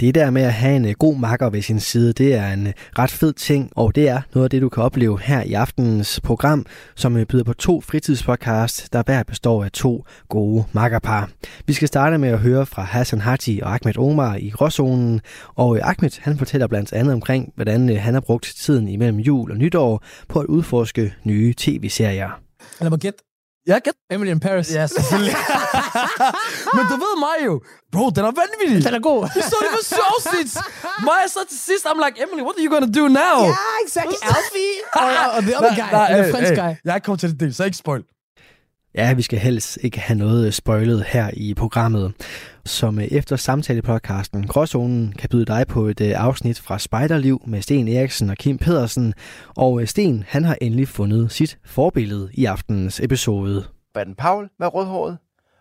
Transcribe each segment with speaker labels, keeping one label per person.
Speaker 1: Det der med at have en øh, god makker ved sin side, det er en øh, ret fed ting, og det er noget af det, du kan opleve her i aftenens program, som øh, byder på to fritidspodcasts, der hver består af to gode makkerpar. Vi skal starte med at høre fra Hassan Hati og Ahmed Omar i Gråzonen, og øh, Ahmed han fortæller blandt andet omkring, hvordan øh, han har brugt tiden imellem jul og nytår på at udforske nye tv-serier.
Speaker 2: Lad mig gætte.
Speaker 3: Ja, gæt.
Speaker 2: Emily in Paris.
Speaker 3: Ja, selvfølgelig. Men du ved mig jo. Bro, den er vanvittig.
Speaker 2: Den er god.
Speaker 3: Vi så det for syv afsnit. Maja så til sidst, I'm like, Emily, what are you gonna do now?
Speaker 2: Ja, exakt. Alfie. Og, og, og the other guy. the
Speaker 3: hey,
Speaker 2: French
Speaker 3: hey,
Speaker 2: guy.
Speaker 3: Jeg kommer til det del, så ikke spoil.
Speaker 1: Ja, vi skal helst ikke have noget øh, spoilet her i programmet, som øh, efter samtalepodcasten Gråzonen kan byde dig på et øh, afsnit fra Spejderliv med Sten Eriksen og Kim Pedersen. Og øh, Sten, han har endelig fundet sit forbillede i aftenens episode.
Speaker 4: Baden Paul var rødhåret,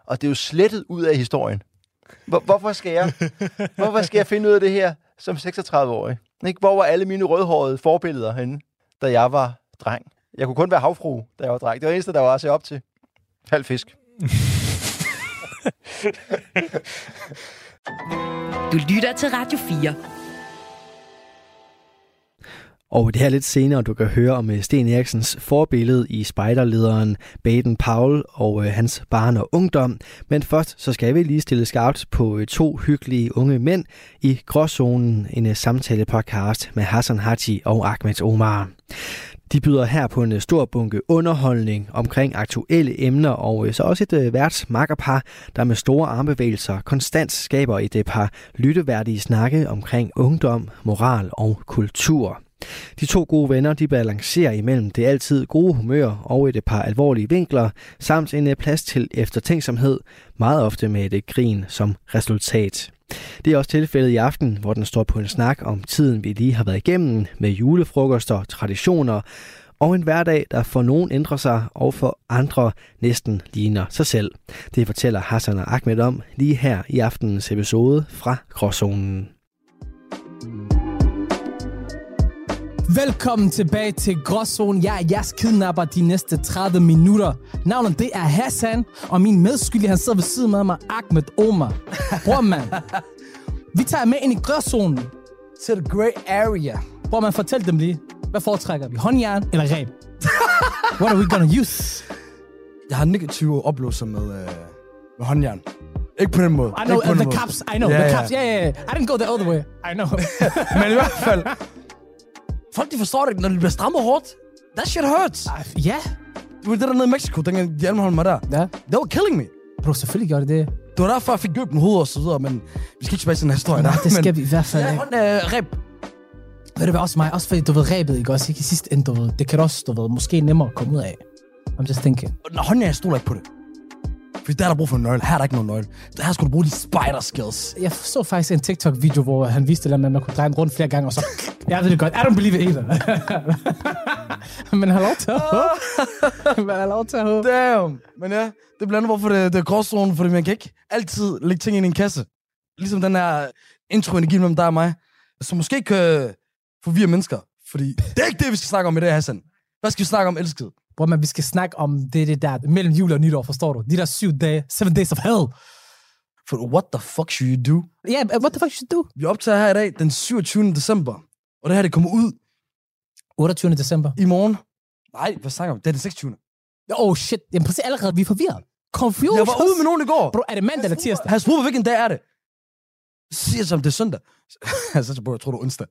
Speaker 4: og det er jo slettet ud af historien. Hvor, hvorfor, skal jeg, hvorfor skal jeg finde ud af det her som 36-årig? Ikke? Hvor var alle mine rødhårede forbilleder henne, da jeg var dreng? Jeg kunne kun være havfru, da jeg var dreng. Det var det eneste, der var at se op til. Halv fisk.
Speaker 5: Du lytter til Radio 4.
Speaker 1: Og det her lidt senere, du kan høre om øh, Sten Eriksens forbillede i spejderlederen Baden Powell og øh, hans barn og ungdom. Men først så skal vi lige stille skarpt på øh, to hyggelige unge mænd i Gråzonen, en øh, samtalepodcast med Hassan Haji og Ahmed Omar. De byder her på en øh, stor bunke underholdning omkring aktuelle emner og øh, så også et øh, værtsmakkerpar, der med store armbevægelser konstant skaber et øh, par lytteværdige snakke omkring ungdom, moral og kultur. De to gode venner de balancerer imellem det altid gode humør og et øh, par alvorlige vinkler, samt en øh, plads til eftertænksomhed, meget ofte med et øh, grin som resultat. Det er også tilfældet i aften, hvor den står på en snak om tiden, vi lige har været igennem, med julefrokoster, traditioner og en hverdag, der for nogen ændrer sig, og for andre næsten ligner sig selv. Det fortæller Hassan og Ahmed om lige her i aftenens episode fra Gråzonen.
Speaker 2: Velkommen tilbage til Gråzonen. Jeg er jeres kidnapper de næste 30 minutter. Navnet det er Hassan, og min medskyldige, han sidder ved siden af mig, Ahmed Omar. Bror mand, vi tager jer med ind i Gråzonen. Til the grey area. Bror man, fortæl dem lige, hvad foretrækker vi? Håndjern eller reb? What are we gonna use?
Speaker 3: Jeg har negative oplevelser med, øh, med håndjern. Ikke på den måde.
Speaker 2: I know,
Speaker 3: ikke på
Speaker 2: uh,
Speaker 3: den
Speaker 2: the
Speaker 3: måde.
Speaker 2: cops, I know,
Speaker 3: Ja,
Speaker 2: the
Speaker 3: ja.
Speaker 2: cops, yeah, yeah, yeah. I didn't go the other way, I know.
Speaker 3: Men i hvert fald... Folk, de forstår det ikke, når de bliver strammet hårdt. That shit hurts.
Speaker 2: ja,
Speaker 3: Du ved det der nede i Mexico, dengang de anholdt mig der.
Speaker 2: ja.
Speaker 3: They were killing me.
Speaker 2: Bro, selvfølgelig gør det det.
Speaker 3: Det var derfor, jeg fik døbt med hovedet og så videre, men vi skal ikke tilbage til den her historie.
Speaker 2: Nej,
Speaker 3: der,
Speaker 2: det
Speaker 3: men-
Speaker 2: skal vi i hvert fald
Speaker 3: Ja,
Speaker 2: ikke.
Speaker 3: hånd, øh, reb.
Speaker 2: Ved du hvad, også mig, også fordi du ved rebet, ikke også, ikke i sidste ende, du ved, det kan også, du ved, måske nemmere at komme ud af. I'm just thinking.
Speaker 3: Nå, hånden, jeg stoler ikke på det. Fordi der er der brug for en nøgle. Her er der ikke nogen nøgle. Her skulle du bruge de spider skills.
Speaker 2: Jeg så faktisk en TikTok-video, hvor han viste det der med, at man kunne dreje den rundt flere gange, og så, jeg ved det godt, I don't believe it either. Men jeg har lov til at håbe. Men jeg har lov til at håbe.
Speaker 3: Damn. Men ja, det er blandt andet, hvorfor det, det er gråzonen, fordi man kan ikke altid lægge ting ind i en kasse. Ligesom den her intro, jeg giver mellem dig og mig, som måske kan forvirre mennesker. Fordi det er ikke det, vi skal snakke om i dag, Hassan. Hvad skal vi snakke om, elskede?
Speaker 2: Hvor man, vi skal snakke om det, det der mellem jul og nytår, forstår du? De der syv dage, seven days of hell.
Speaker 3: For what the fuck should you do?
Speaker 2: Ja, yeah, what the fuck should you do?
Speaker 3: Vi optager her i dag den 27. december. Og det her, det kommer ud
Speaker 2: 28. december.
Speaker 3: i morgen. Nej, hvad snakker vi om? Det er den 26.
Speaker 2: Oh shit, jamen præcis allerede, vi er forvirret. Confused.
Speaker 3: Jeg var ude med nogen i går.
Speaker 2: Bro, er det mandag eller tirsdag?
Speaker 3: Han spurgte mig, hvilken dag er det? Så siger jeg som det er søndag. Altså, så burde jeg tro, det er onsdag.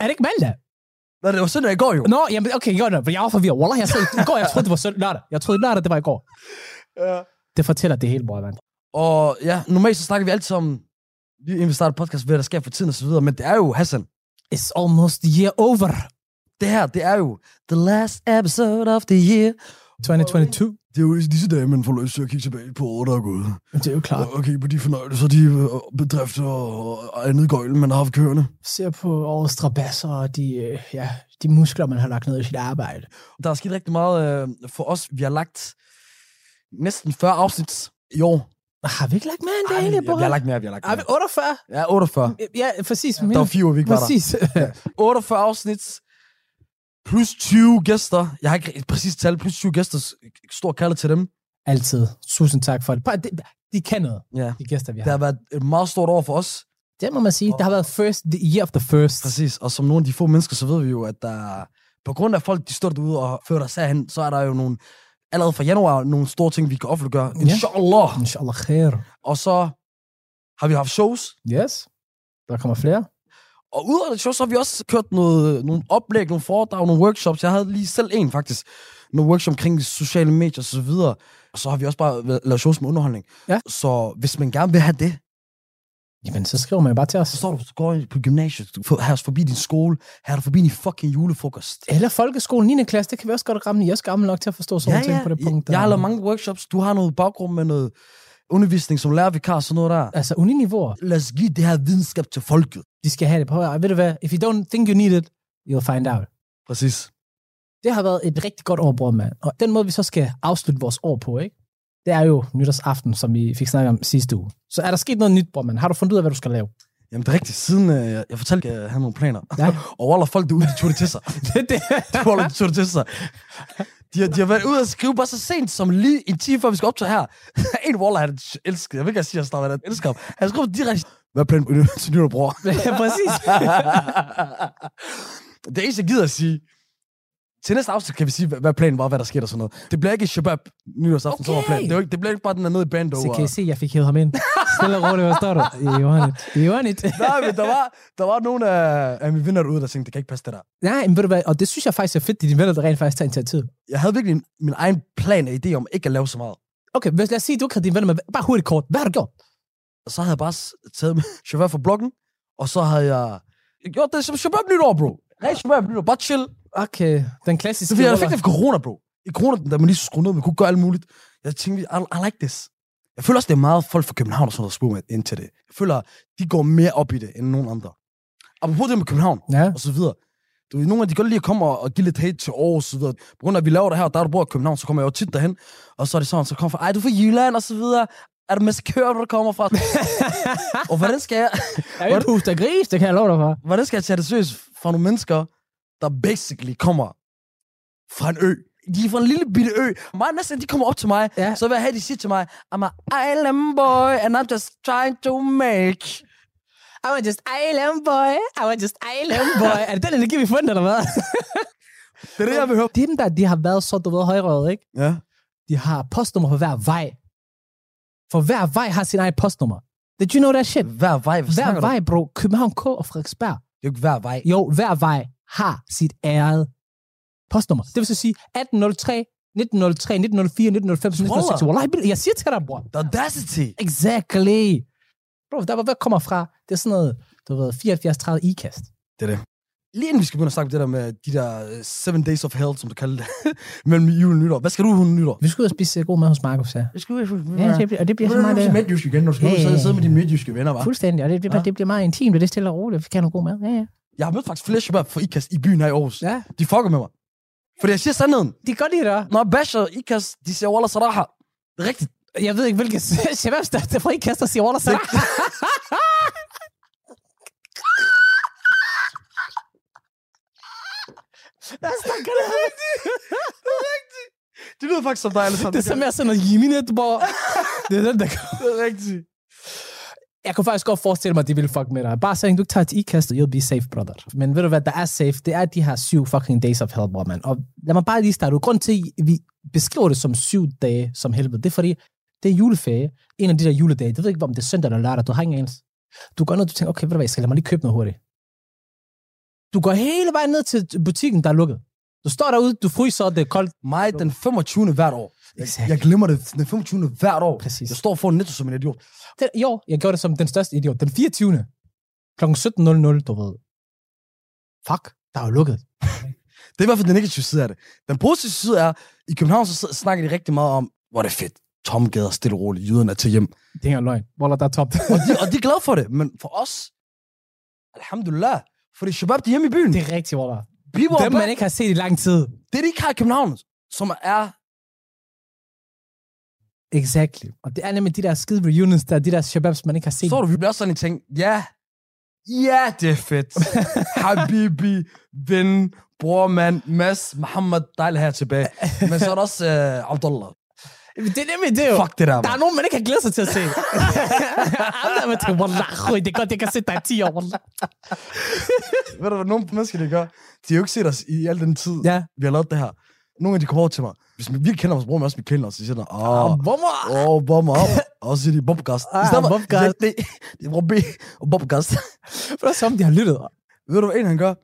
Speaker 2: Er det ikke mandag?
Speaker 3: Nej, det var søndag i går jo.
Speaker 2: Nå, jamen, okay, godt nok, for jeg var forvirret. Wallah, jeg sagde, i går, jeg troede, det var søndag, lørdag. Jeg troede, lørdag, det var i går.
Speaker 3: Ja.
Speaker 2: Det fortæller det hele, bror, mand.
Speaker 3: Og ja, normalt så snakker vi altid om, lige inden vi starter podcast, hvad der sker for tiden og så videre, men det er jo, Hassan,
Speaker 2: It's almost the year over.
Speaker 3: det her, det er jo the last episode of the year.
Speaker 2: 2022.
Speaker 3: Det er jo i disse dage, man får lyst til at kigge tilbage på året, der er gået.
Speaker 2: Jamen, Det er jo klart.
Speaker 3: Og kigge på de fornøjelser, de øh, bedrifter og andet gøjl, man har haft kørende.
Speaker 2: Ser på årets strabasser og de, øh, ja, de muskler, man har lagt ned i sit arbejde.
Speaker 3: Der er sket rigtig meget øh, for os. Vi har lagt næsten 40 afsnit i år.
Speaker 2: Har vi ikke lagt mere end det
Speaker 3: Ej,
Speaker 2: hele,
Speaker 3: jeg, jeg har
Speaker 2: Borre?
Speaker 3: lagt mere, vi har lagt
Speaker 2: Har vi
Speaker 3: mere.
Speaker 2: 48?
Speaker 3: Ja, 48.
Speaker 2: Ja, præcis.
Speaker 3: Der var fire, uger, vi ikke var der.
Speaker 2: Præcis.
Speaker 3: 48 afsnit, plus 20 gæster. Jeg har ikke et præcist tal, plus 20 gæster. S- Stor kaldet til dem.
Speaker 2: Altid. Tusind tak for det. Bare, de, de kan noget,
Speaker 3: Ja.
Speaker 2: de gæster, vi
Speaker 3: Det
Speaker 2: har.
Speaker 3: har været et meget stort år for os.
Speaker 2: Det må man sige. Det har været first, the year of the first.
Speaker 3: Præcis, og som nogle af de få mennesker, så ved vi jo, at der på grund af folk, de står derude og fører dig herhen, så er der jo nogle, allerede fra januar, nogle store ting, vi kan offentliggøre.
Speaker 2: Ja.
Speaker 3: Inshallah.
Speaker 2: Inshallah khair.
Speaker 3: Og så har vi haft shows,
Speaker 2: Yes. Der kommer flere.
Speaker 3: og ud af det show, så har vi også kørt noget, nogle oplæg, nogle foredrag, nogle workshops. Jeg havde lige selv en faktisk, nogle workshop omkring sociale medier og så videre. Og så har vi også bare været- lavet shows med underholdning.
Speaker 2: Ja.
Speaker 3: Så hvis man gerne vil have det,
Speaker 2: Jamen, så skriver man bare til os.
Speaker 3: så står du så går du på gymnasiet, du får- her er forbi din skole, her er du forbi din fucking julefrokost.
Speaker 2: Eller folkeskolen 9. klasse, det kan vi også godt ramme. Jeg er også gammel nok til at forstå sådan nogle ting på det punkt.
Speaker 3: Jeg, jeg har
Speaker 2: der-
Speaker 3: lavet mange workshops. Du har noget baggrund med noget undervisning som lærervikar og sådan noget der.
Speaker 2: Altså, uniniveauer.
Speaker 3: Lad os give det her videnskab til folket.
Speaker 2: De skal have det på. Og ved du hvad? If you don't think you need it, you'll find out.
Speaker 3: Præcis.
Speaker 2: Det har været et rigtig godt år, bror, mand. Og den måde, vi så skal afslutte vores år på, ikke? det er jo nytårsaften, som vi fik snakket om sidste uge. Så er der sket noget nyt, bror, mand? Har du fundet ud af, hvad du skal lave?
Speaker 3: Jamen det er rigtigt. Siden øh, jeg, jeg fortalte, at jeg havde nogle planer.
Speaker 2: Ja.
Speaker 3: og alle folk derude, de tog det til sig.
Speaker 2: det, det.
Speaker 3: De, alle, de tog det til sig. De, har- de har været ude og skrive bare så sent som lige en time før vi skal optage her. en Waller, han elsker. Jeg vil ikke engang sige, at jeg starter, han elsker ham. Han skrev direkte, hvad er planen til nytår, bror?
Speaker 2: Ja, præcis.
Speaker 3: det eneste, jeg gider at sige, til næste afsnit kan vi sige, hvad- hvad planen var, hvad der skete og sådan noget. Det bliver ikke shabab nytårsaften, okay. som var
Speaker 2: Okay.
Speaker 3: planen. Det, er jo ikke, det bliver ikke bare den der nede i band
Speaker 2: Så
Speaker 3: over.
Speaker 2: kan I se, jeg fik hævet ham ind. Stille og roligt, hvad står der? Johanit. Johanit.
Speaker 3: Nej, men der var, der var nogle af, af mine venner derude, der tænkte, det kan ikke passe det der.
Speaker 2: Nej, men ved du hvad? Og det synes jeg faktisk er fedt, at dine venner der rent faktisk tager initiativ.
Speaker 3: Jeg havde virkelig en, min egen plan og idé om ikke at lave så meget.
Speaker 2: Okay, hvis lad os sige, at du ikke havde dine venner med. Bare hurtigt kort. Hvad har du gjort?
Speaker 3: Og så havde jeg bare s- taget med shabab fra bloggen, og så havde jeg gjort det som shabab nytår, bro. Nej, shabab nytår, bare chill.
Speaker 2: Okay, den
Speaker 3: Så
Speaker 2: klassiske...
Speaker 3: fordi jeg fik det for corona, bro. I corona, da man lige skulle skrue ned, man kunne gøre alt muligt. Jeg tænkte, I, I like this. Jeg føler også, det er meget folk fra København og sådan noget, der spørger mig ind til det. Jeg føler, de går mere op i det, end nogen andre. Apropos det med København
Speaker 2: Ja,
Speaker 3: og så videre. Du ved, nogle af de godt lige at komme og, og give lidt hate til Aarhus og så videre. På grund af, at vi laver det her, og der du bor i København, så kommer jeg jo tit derhen. Og så er det sådan, så kommer fra, ej, du er fra Jylland og så videre. Er du maskør, hvor du kommer fra? og hvordan skal jeg,
Speaker 2: jeg er jo et hus, der er gris, det kan jeg love dig for.
Speaker 3: hvordan skal jeg tage det seriøst for nogle mennesker, der basically kommer fra en ø? De er fra en lille bitte ø. Mig og Nasser, de kommer op til mig,
Speaker 2: Ja.
Speaker 3: ja. så vil jeg have, de siger til mig, I'm an island boy, and I'm just trying to make.
Speaker 2: I was just island boy. I was just island boy. er det den energi, vi fundet, eller hvad?
Speaker 3: Det er det, jeg vil høre.
Speaker 2: Dem der, de har været så, du ved, højrøret, ikke?
Speaker 3: Ja.
Speaker 2: De har postnummer for hver vej. For hver vej har sin egen postnummer. Did you know that shit?
Speaker 3: Hver vej, hvad
Speaker 2: Hver
Speaker 3: snakker du?
Speaker 2: vej, bro. København K og Frederiksberg.
Speaker 3: Det er jo ikke hver vej.
Speaker 2: Jo, hver vej har sit æret postnummer. Det vil så sige 1803, 1903, 1904, 1905, 1906. Wallah, jeg- jeg siger til dig, bror.
Speaker 3: The audacity.
Speaker 2: Exactly. Bro, der hvor jeg kommer fra, det er sådan noget, du ved, 74-30 ikast.
Speaker 3: Lige inden vi skal begynde at snakke om det der med de der øh, seven days of hell, som du kalder det, mellem jul og nytår. Hvad skal du hun nytår?
Speaker 2: Vi skulle ud og spise øh, god mad hos Markus, ja.
Speaker 3: Jeg skal ud
Speaker 2: Ja, det bliver, og det bliver så meget... øh,
Speaker 3: midtjysk igen, når du skal ud
Speaker 2: Ja, ja,
Speaker 3: og
Speaker 2: ja.
Speaker 3: sidde med dine midtjyske venner, var.
Speaker 2: Fuldstændig, og det bliver,
Speaker 3: Ja.
Speaker 2: det bliver meget intimt, og det er stille og roligt. Vi kan have noget god mad. Ja, ja.
Speaker 3: Jeg har mødt faktisk flere shabab fra IKAST i byen her i Aarhus.
Speaker 2: Ja.
Speaker 3: De fucker med mig. Fordi jeg siger sandheden.
Speaker 2: De kan godt lide dig.
Speaker 3: Når jeg basher IKAST, de siger Wallah Saraha. Det er rigtigt.
Speaker 2: Jeg ved ikke, hvilke shababs, der der frikaster sig over sig. Hvad snakker du om?
Speaker 3: Det lyder faktisk som dig, Alexander.
Speaker 2: Det er som jeg sådan noget jiminet, hvor... Det er den, der kommer.
Speaker 3: Det er rigtigt.
Speaker 2: Jeg kunne faktisk godt forestille mig, at de ville fuck med dig. Bare så længe du ikke tager et ikast, you'll be safe, brother. Men ved du hvad, der er safe, det er de her syv fucking days of hell, bror, mand. Og lad mig bare lige starte ud. Grunden til, at vi beskriver det som syv dage som helvede, det er fordi, det er juleferie. En af de der juledage, det ved ikke, om det er søndag eller lørdag, du har ingen anelse. Du går ned, og du tænker, okay, ved du hvad, jeg skal lade mig lige købe noget hurtigt. Du går hele vejen ned til butikken, der er lukket. Du står derude, du fryser, og det er koldt.
Speaker 3: Mig den 25. hvert år. Jeg,
Speaker 2: Exakt.
Speaker 3: jeg glemmer det den 25. hvert år.
Speaker 2: Præcis.
Speaker 3: Jeg står foran netto som en idiot.
Speaker 2: Den, jo, jeg gjorde det som den største idiot. Den 24. kl. 17.00, du ved. Fuck, der er jo lukket.
Speaker 3: Det er i hvert fald den negative side af det. Den positive side er, i København så sidder- snakker de rigtig meget om, hvor er det fedt. Tomme gader, stille og roligt, jyderne er til hjem.
Speaker 2: Det er ikke engang løgn. Wallah, der er top.
Speaker 3: Og de, og de er glade for det, men for os, alhamdulillah, for det er shabab, de er hjemme i byen.
Speaker 2: det
Speaker 3: Det,
Speaker 2: er rigtigt, Wallah.
Speaker 3: People
Speaker 2: Dem, man ikke har set i lang tid.
Speaker 3: det, de ikke har i København, som er
Speaker 2: Exactly. Og det er nemlig de der skide reunions der, de der shababs, man ikke har set.
Speaker 3: Så du, vi bliver også sådan en ting. Ja, ja, det er fedt. Habibi, ven, bror, mand, Mads, Mohammed, dejligt her tilbage. Men så er der også uh, Abdullah.
Speaker 2: Det er nemlig det jo.
Speaker 3: Fuck det der,
Speaker 2: Der er
Speaker 3: mand.
Speaker 2: nogen, man ikke har glædet sig til at se. Andre man tænker, wallah, det er godt, jeg kan se dig i 10 år, wallah.
Speaker 3: Ved du, hvad nogle mennesker de gør? De har jo ikke set os i al den tid,
Speaker 2: Ja.
Speaker 3: vi har lavet det her. Nogle af de kommer over til mig. Hvis man virkelig kender os, bruger man også, vi kender os. Så siger de, åh,
Speaker 2: Hvorfor?
Speaker 3: Åh, oh, bomber op. Og så siger de bobgast.
Speaker 2: Ah, bobgast.
Speaker 3: Det, det, det er B og bobgast.
Speaker 2: For det er som, de har lyttet.
Speaker 3: Ved du, hvad en han gør?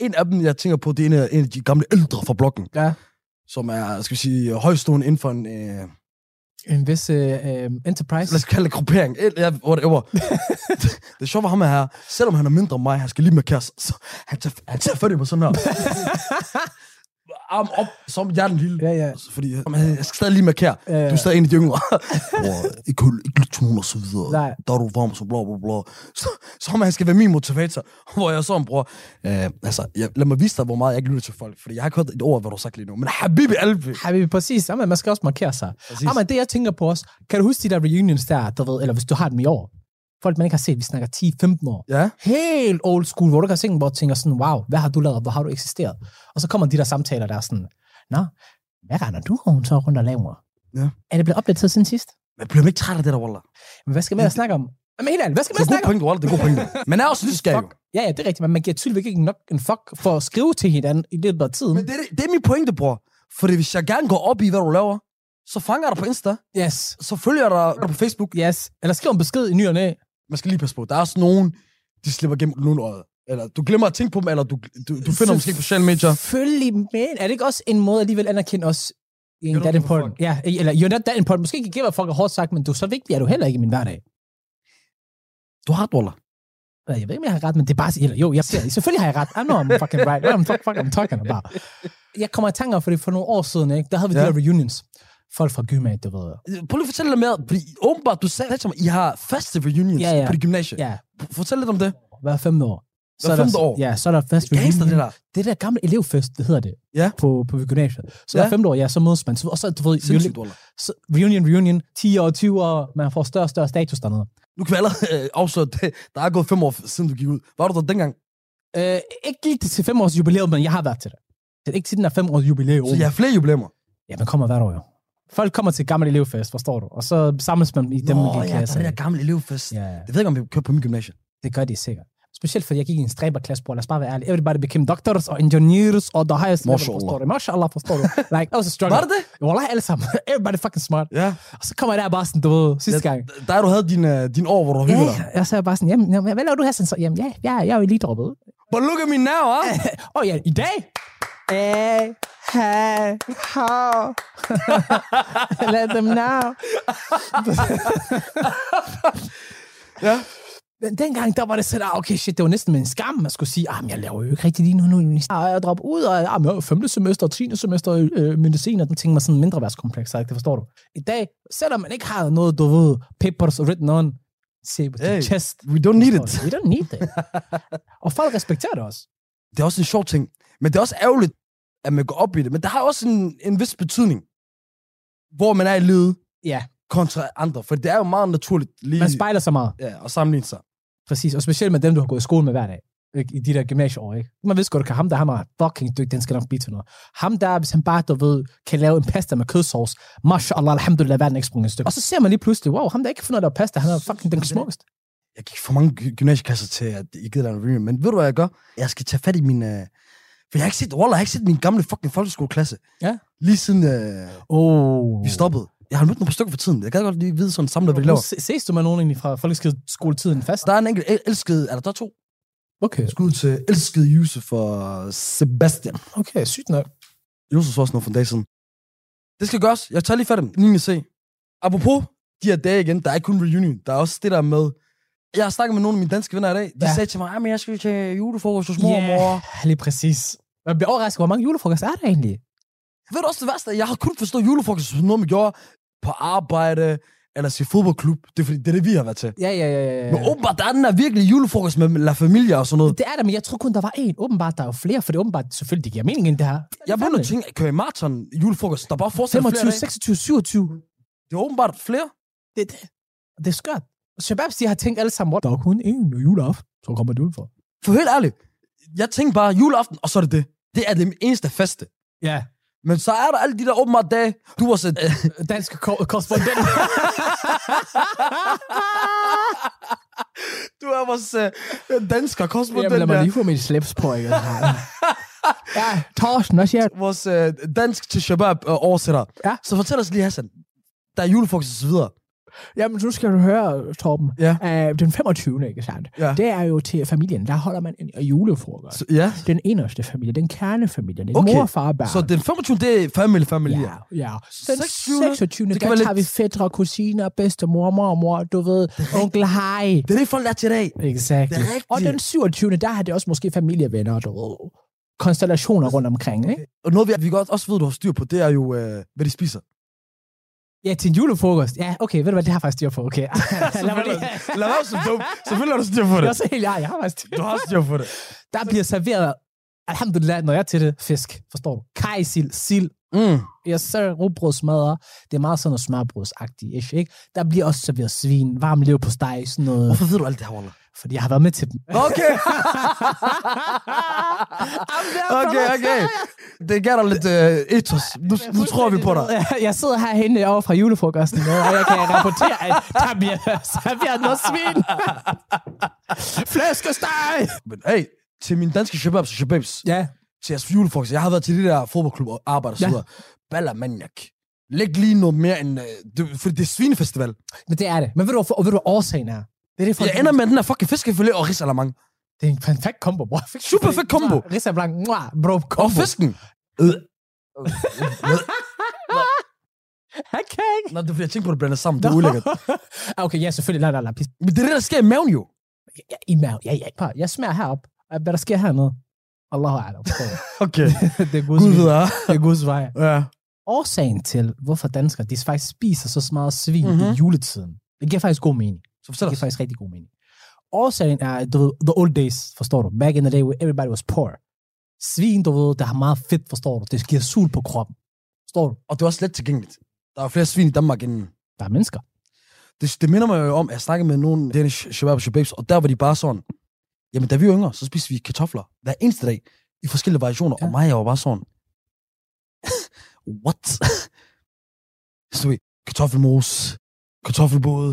Speaker 3: En af dem, jeg tænker på, det er en af, en af de gamle ældre fra blokken.
Speaker 2: Ja.
Speaker 3: Som er, skal vi sige, højstående inden for en, øh,
Speaker 2: En vis øh, øh, enterprise.
Speaker 3: lad os kalde det gruppering. El- Ja, whatever. det, det sjove ved ham er her, selvom han er mindre end mig, han skal lige med kæreste, så han tager, han tager fat i mig sådan her. Arm op, som jeg er den lille.
Speaker 2: Ja, ja.
Speaker 3: Altså, Fordi jeg, jeg skal stadig lige markere.
Speaker 2: Ja, ja.
Speaker 3: Du er stadig en af de yngre. Bror, ikke, hold- ikke lyt til nogen og så videre.
Speaker 2: Nej.
Speaker 3: Der er du varm, så bla bla bla. Så, så om han skal være min motivator, hvor jeg er sådan, bror. Øh, altså, jeg, lad mig vise dig, hvor meget jeg ikke lytter til folk. Fordi jeg har ikke hørt et ord, af, hvad du har sagt lige nu. Men habibi albi.
Speaker 2: Habibi, præcis. Jamen, man skal også markere sig.
Speaker 3: Præcis.
Speaker 2: Jamen, det jeg tænker på også, kan du huske de der reunions der, der ved, eller hvis du har dem i år? Folk, man ikke har set, vi snakker 10-15 år.
Speaker 3: Ja.
Speaker 2: Helt old school, hvor du kan se dem, hvor du tænker sådan, wow, hvad har du lavet, hvor har du eksisteret? Og så kommer de der samtaler, der er sådan, nå, hvad render du rundt så rundt og laver?
Speaker 3: Ja.
Speaker 2: Er det blevet opdateret siden sidst?
Speaker 3: Men bliver man ikke træt af det der, Walla?
Speaker 2: Men hvad skal man ellers snakke om? Jamen, helt ærligt, hvad skal
Speaker 3: Det
Speaker 2: man
Speaker 3: er gode
Speaker 2: snakke om?
Speaker 3: pointe, Walla. Det er gode pointe. Men jeg er også nysgerrig. jo.
Speaker 2: Fuck. Ja, ja, det er rigtigt, men man giver tydeligvis ikke nok en fuck for at skrive til hinanden i løbet af tiden.
Speaker 3: Men det er, det, det er min pointe, bror. Fordi hvis jeg gerne går op i, hvad du laver, så fanger jeg dig på Insta,
Speaker 2: Yes,
Speaker 3: så følger jeg dig på Facebook.
Speaker 2: yes. Eller skriv en besked i ny og næ.
Speaker 3: Man skal lige passe på. Der er også nogen, de slipper gennem lundøjet. Eller du glemmer at tænke på dem, eller du, du, du finder dem måske på sociale medier.
Speaker 2: Selvfølgelig, men er det ikke også en måde at alligevel anerkende os?
Speaker 3: don't
Speaker 2: You're that
Speaker 3: give a
Speaker 2: important. Ja, eller you're not that important. Måske ikke giver fuck er hårdt sagt, men du er så vigtig er du heller ikke i min hverdag.
Speaker 3: Du har ret, Walla.
Speaker 2: Eller, Jeg ved ikke, om jeg har ret, men det er bare... Eller, jo, jeg siger, selvfølgelig har jeg ret. I know I'm fucking right. What I'm, fuck, fuck, I'm talking about. Jeg kommer i tanke om, fordi for nogle år siden, ikke, der havde vi
Speaker 3: Ja.
Speaker 2: de her reunions. Folk fra gymnasiet, du ved.
Speaker 3: Prøv lige at fortælle lidt mere. Fordi åbenbart, du sagde til mig, I har faste reunions
Speaker 2: Ja, ja.
Speaker 3: på det gymnasie.
Speaker 2: Ja,
Speaker 3: Fortæl lidt om det.
Speaker 2: hver femte år. Så er der-
Speaker 3: femte år?
Speaker 2: Ja, så er der fast
Speaker 3: Gangster, det der.
Speaker 2: det der gamle elevfest, det hedder det.
Speaker 3: Ja.
Speaker 2: På, på gymnasiet. Så
Speaker 3: Ja.
Speaker 2: ja. hver femte år, ja, så mødes man. Så- Og så, du ved, jo,
Speaker 3: Sindssygt, Walla.
Speaker 2: så reunion, reunion, 10 år, 20 år, man får større og større status dernede.
Speaker 3: Nu kan vi allerede øh, afsløre, at det- der er gået fem år, siden du gik ud. Var du der dengang?
Speaker 2: Øh, ikke lige til 5 års jubilæum, men jeg har været til det. Det er ikke til den her 5 års jubilæum.
Speaker 3: Så jeg har flere jubilæer.
Speaker 2: ja, man kommer hvert år jo. Folk kommer til gammel elevfest, forstår du? Og så samles man i dem, man gik i
Speaker 3: ja, der
Speaker 2: klasse.
Speaker 3: er
Speaker 2: i.
Speaker 3: det der gamle elevfest.
Speaker 2: Ja,
Speaker 3: Jeg ved ikke, om vi kører på min gymnasie.
Speaker 2: det gør de sikkert. Specielt fordi jeg gik i en stræberklasse, bror. Lad os bare være ærlig. Everybody became doctors og engineers og the highest level,
Speaker 3: Mashallah.
Speaker 2: forstår du? Mashallah, forstår du? Like, that was a struggle.
Speaker 3: Var det det?
Speaker 2: Wallah, alle sammen. Everybody fucking smart.
Speaker 3: Ja.
Speaker 2: Og så kommer jeg der bare sådan, du ved, sidste gang.
Speaker 3: Der du havde din, øh, din år, hvor du
Speaker 2: Ja,
Speaker 3: hyggede dig.
Speaker 2: ja. Og så er jeg bare sådan, jamen, jamen, hvad laver du her? Sådan, så, jamen, ja, jeg, jeg er jo lige droppet. ud."
Speaker 3: But look at me now, ah!
Speaker 2: Åh oh, ja, i dag. Hey, hey, how? Let them know.
Speaker 3: Ja.
Speaker 2: Men dengang, der var det sådan, ah, okay, shit, det var næsten med en skam, man skulle sige, ah, men jeg laver jo ikke rigtig lige nu, nu ah, jeg dropper ud, og ah, men jeg er jo femte semester, og tiende semester, øh, medicin, og den ting, man sådan mindre værtskompleks, det forstår du. I dag, selvom man ikke har noget, du ved, papers written on, se på
Speaker 3: Hey,
Speaker 2: hey, chest.
Speaker 3: We don't need it.
Speaker 2: We don't need it. og folk respekterer det også.
Speaker 3: det er også en sjov ting. Men det er også ærgerligt, at man går op i det. Men det har også en, en vis betydning, hvor man er i livet
Speaker 2: Ja.
Speaker 3: kontra andre. For det er jo meget naturligt lige
Speaker 2: Man spejler sig meget.
Speaker 3: ja, at sammenligne sig.
Speaker 2: Præcis, og specielt med dem, du har gået i skole med hver dag. Ikke? I de der gymnasieår, ikke? Man ved godt, at ham der, ham er fucking dygtig, den skal nok blive til noget. Ham der, hvis han bare, du ved, kan lave en pasta med kødsovs, mashallah, alhamdulillah, verden er ikke sprunget et stykke. Og så ser man lige pludselig, wow, ham der ikke finder noget pasta, han er fucking den smukkeste.
Speaker 3: Jeg gik for mange gy- gymnasieklasser til, at I gider en reunion. Men ved du, hvad jeg gør? Jeg skal tage fat i min... Øh... For jeg har ikke set, Wallah, jeg har ikke set min gamle fucking folkeskoleklasse.
Speaker 2: Ja.
Speaker 3: Lige siden øh,
Speaker 2: Oh.
Speaker 3: vi stoppede. Jeg har mødt nogle stykker for tiden. Jeg kan godt lige vide sådan samlet, hvad de laver.
Speaker 2: Se- Ses du med nogen egentlig fra folkeskoletiden fast?
Speaker 3: Der er en enkelt el- elsket... Er der, der er to?
Speaker 2: Okay,
Speaker 3: Skud til elskede Yusuf og Sebastian.
Speaker 2: okay, sygt nok.
Speaker 3: Josef også noget for en dag siden. Det skal gøres. Jeg tager lige fat i dem. 9. C. Apropos de her dage igen, der er ikke kun reunion. Der er også det der med... Jeg har snakket med nogle af mine danske venner i dag. De ja.
Speaker 2: Ja.
Speaker 3: sagde til mig, at jeg skal til julefrokost hos mor og
Speaker 2: Ja,
Speaker 3: mor.
Speaker 2: lige præcis. Man bliver overrasket, hvor mange julefrokoster er der egentlig?
Speaker 3: Ved du også det værste? Jeg har kun forstået julefrokost som noget, man gjorde på arbejde eller til fodboldklub. Det er fordi, det er det, vi har været til.
Speaker 2: Ja, ja, ja, ja. ja.
Speaker 3: Men åbenbart, der er den der virkelig julefrokost med La Familia og sådan noget.
Speaker 2: Det er der, men jeg tror kun, der var én. Åbenbart, der er jo flere, for det er åbenbart, selvfølgelig, det giver mening end det her.
Speaker 3: Jeg begynder at tænke, kører i maraton julefrokost? Der er bare fortsat
Speaker 2: 25, 26, 27.
Speaker 3: Det Det er åbenbart flere.
Speaker 2: Det er det. Og Det er skørt. Og Shababs, de har tænkt alle sammen, "Hvor der er kun én juleaften, så kommer du for.
Speaker 3: For helt ærligt, jeg tænkte bare juleaften, og så er det det. Det er det eneste faste.
Speaker 2: Ja.
Speaker 3: Men så er der alle de der åbenbart dage, du har set... Øh,
Speaker 2: Danske ko- korrespondent.
Speaker 3: du er vores øh, dansker
Speaker 2: Jamen, lad
Speaker 3: korrespondent
Speaker 2: mig
Speaker 3: der.
Speaker 2: lige få min slips på, ikke? ja, Torsten også, ja.
Speaker 3: Vores øh, dansk til Shabab øh, oversætter.
Speaker 2: Ja.
Speaker 3: Så fortæl os lige, Hassan. Der er julefrokost og så videre.
Speaker 2: Jamen, nu skal du høre, Torben.
Speaker 3: Ja.
Speaker 2: Øh, den 25. ikke sandt?
Speaker 3: Ja.
Speaker 2: Det er jo til familien. Der holder man en julefrokost.
Speaker 3: Så, ja.
Speaker 2: Den eneste familie, den kernefamilie, den
Speaker 3: Okay.
Speaker 2: okay. mor, far og børn.
Speaker 3: Så den 25. det er family, family.
Speaker 2: Ja, ja. Den
Speaker 3: 26.
Speaker 2: 26. 26.
Speaker 3: Det
Speaker 2: Det
Speaker 3: kan
Speaker 2: der
Speaker 3: være
Speaker 2: tager
Speaker 3: lidt-
Speaker 2: vi fædre, kusiner, bedstemor, mormor, du ved, onkel hej.
Speaker 3: Det er det, folk er til i dag.
Speaker 2: Exakt.
Speaker 3: Det er rigtigt.
Speaker 2: Og den 27. der har det også måske familievenner, du ved. Konstellationer rundt omkring, ikke?
Speaker 3: Og noget, vi, vi godt også ved, du har styr på, det er jo, øh, hvad de spiser.
Speaker 2: Ja, til en julefrokost. Ja, okay, ved du hvad, det har jeg faktisk styr på, okay. Lad mig lige...
Speaker 3: Lad være så dum. Selvfølgelig har du styr på
Speaker 2: Det er
Speaker 3: det.
Speaker 2: også helt, ja, jeg har faktisk styr
Speaker 3: Du
Speaker 2: på
Speaker 3: har styr på det.
Speaker 2: Der bliver serveret, alhamdulillah, når jeg er til det, fisk, forstår du? Kajsild, sild,
Speaker 3: Mm.
Speaker 2: jeg ser rugbrødsmadder. Det er meget sådan noget smørbrødsagtigt, ish, ikke? Der bliver også serveret svin, varm lever på steg, sådan noget.
Speaker 3: Hvorfor ved du alt det her, Wallah?
Speaker 2: Fordi jeg har været med til dem.
Speaker 3: Okay. okay,
Speaker 2: brother.
Speaker 3: okay. Det gav dig lidt øh, etos. Nu, nu tror vi på dig.
Speaker 2: Jeg- Jeg sidder herhenne over fra julefrokosten, og jeg kan rapportere, at der bliver serveret noget svin. Flæskesteg!
Speaker 3: Men hey, til mine danske shababs og shababs,
Speaker 2: Ja,
Speaker 3: til jeres julefolk, jeg har været til de der fodboldklub og arbejder og så
Speaker 2: Ja.
Speaker 3: videre. Baller maniak. Læg lige noget mere end... Øh, det, for det er svinefestival.
Speaker 2: men det er det. Men ved du, hvorfor- og ved du, hvad årsagen er? Det er det, folk
Speaker 3: Jeg ender med den der fucking fiskefilet og risalamang.
Speaker 2: Det er en perfekt kombo, bror.
Speaker 3: Super fed combo.
Speaker 2: Rissa Blanc, mwah, bro,
Speaker 3: Og
Speaker 2: kombo.
Speaker 3: fisken.
Speaker 2: Han kan ikke. Ah,
Speaker 3: Nå, det er fordi, jeg tænker på, at det blander sammen. Det er ulækkert.
Speaker 2: Okay, ja, selvfølgelig. Nej, nej, nej. pis.
Speaker 3: Men det er det, der sker i maven jo.
Speaker 2: Ja, I maven. Ja, ja, par. Jeg smager herop. Og Hvad der sker hernede? Allahu alam.
Speaker 3: Okay.
Speaker 2: det er Guds
Speaker 3: Gud
Speaker 2: vilje.
Speaker 3: ved jeg.
Speaker 2: Det er Guds vej.
Speaker 3: Ja.
Speaker 2: Årsagen til, hvorfor danskere de faktisk spiser så meget svin mm-hmm.
Speaker 3: Mhm.
Speaker 2: i juletiden, det giver faktisk god mening.
Speaker 3: Så fortæl
Speaker 2: Det giver
Speaker 3: os.
Speaker 2: faktisk rigtig god mening. Årsagen er, du ved, the old days, forstår du? Back in the day, where everybody was poor. Svin, du ved, der har meget fedt, forstår du? Det giver sul på kroppen. Forstår du?
Speaker 3: Og det er også let tilgængeligt. Der er jo flere svin i Danmark end
Speaker 2: Der er mennesker.
Speaker 3: det, det minder mig jo om, at jeg snakkede med nogle Danish shabab og shababs, og der var de bare sådan, jamen da vi var yngre, så spiste vi kartofler hver eneste dag, i forskellige variationer, ja. og mig, jeg var bare sådan, what? så vi, kartoffelmos, kartoffelbåde,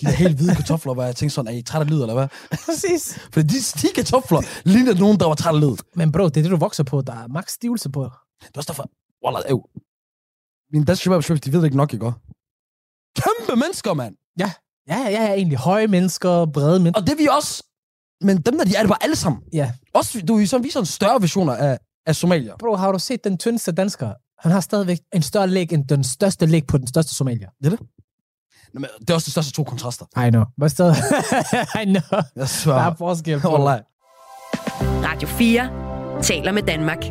Speaker 3: de der helt hvide kartofler, hvor jeg tænkte sådan, er I træt af lyd, eller hvad?
Speaker 2: Præcis.
Speaker 3: For de, de kartofler lignede nogen, der var træt af lyd.
Speaker 2: Men bro, det er det, du vokser på. Der er max stivelse på.
Speaker 3: Det var også derfor, wallah, øv. Mine danske shabab og shababs, de ved det ikke nok, ikke? også? Kæmpe mennesker, mand!
Speaker 2: Ja, ja, ja, egentlig. Høje mennesker, brede mennesker.
Speaker 3: Og det er vi også. Men dem der, de er det bare alle sammen.
Speaker 2: Ja.
Speaker 3: Også, du vi sådan viser en større version af, af somalier.
Speaker 2: Bro, har du set den tyndeste dansker? Han har stadigvæk en større læg end den største læg på den største somalier.
Speaker 3: Nå, men Det er også de største to kontraster.
Speaker 2: I know. Hvad stadig? I know.
Speaker 3: Jeg
Speaker 2: Der
Speaker 3: sværger.
Speaker 2: er forskel på.
Speaker 3: Wallah.
Speaker 5: Radio 4 taler med Danmark.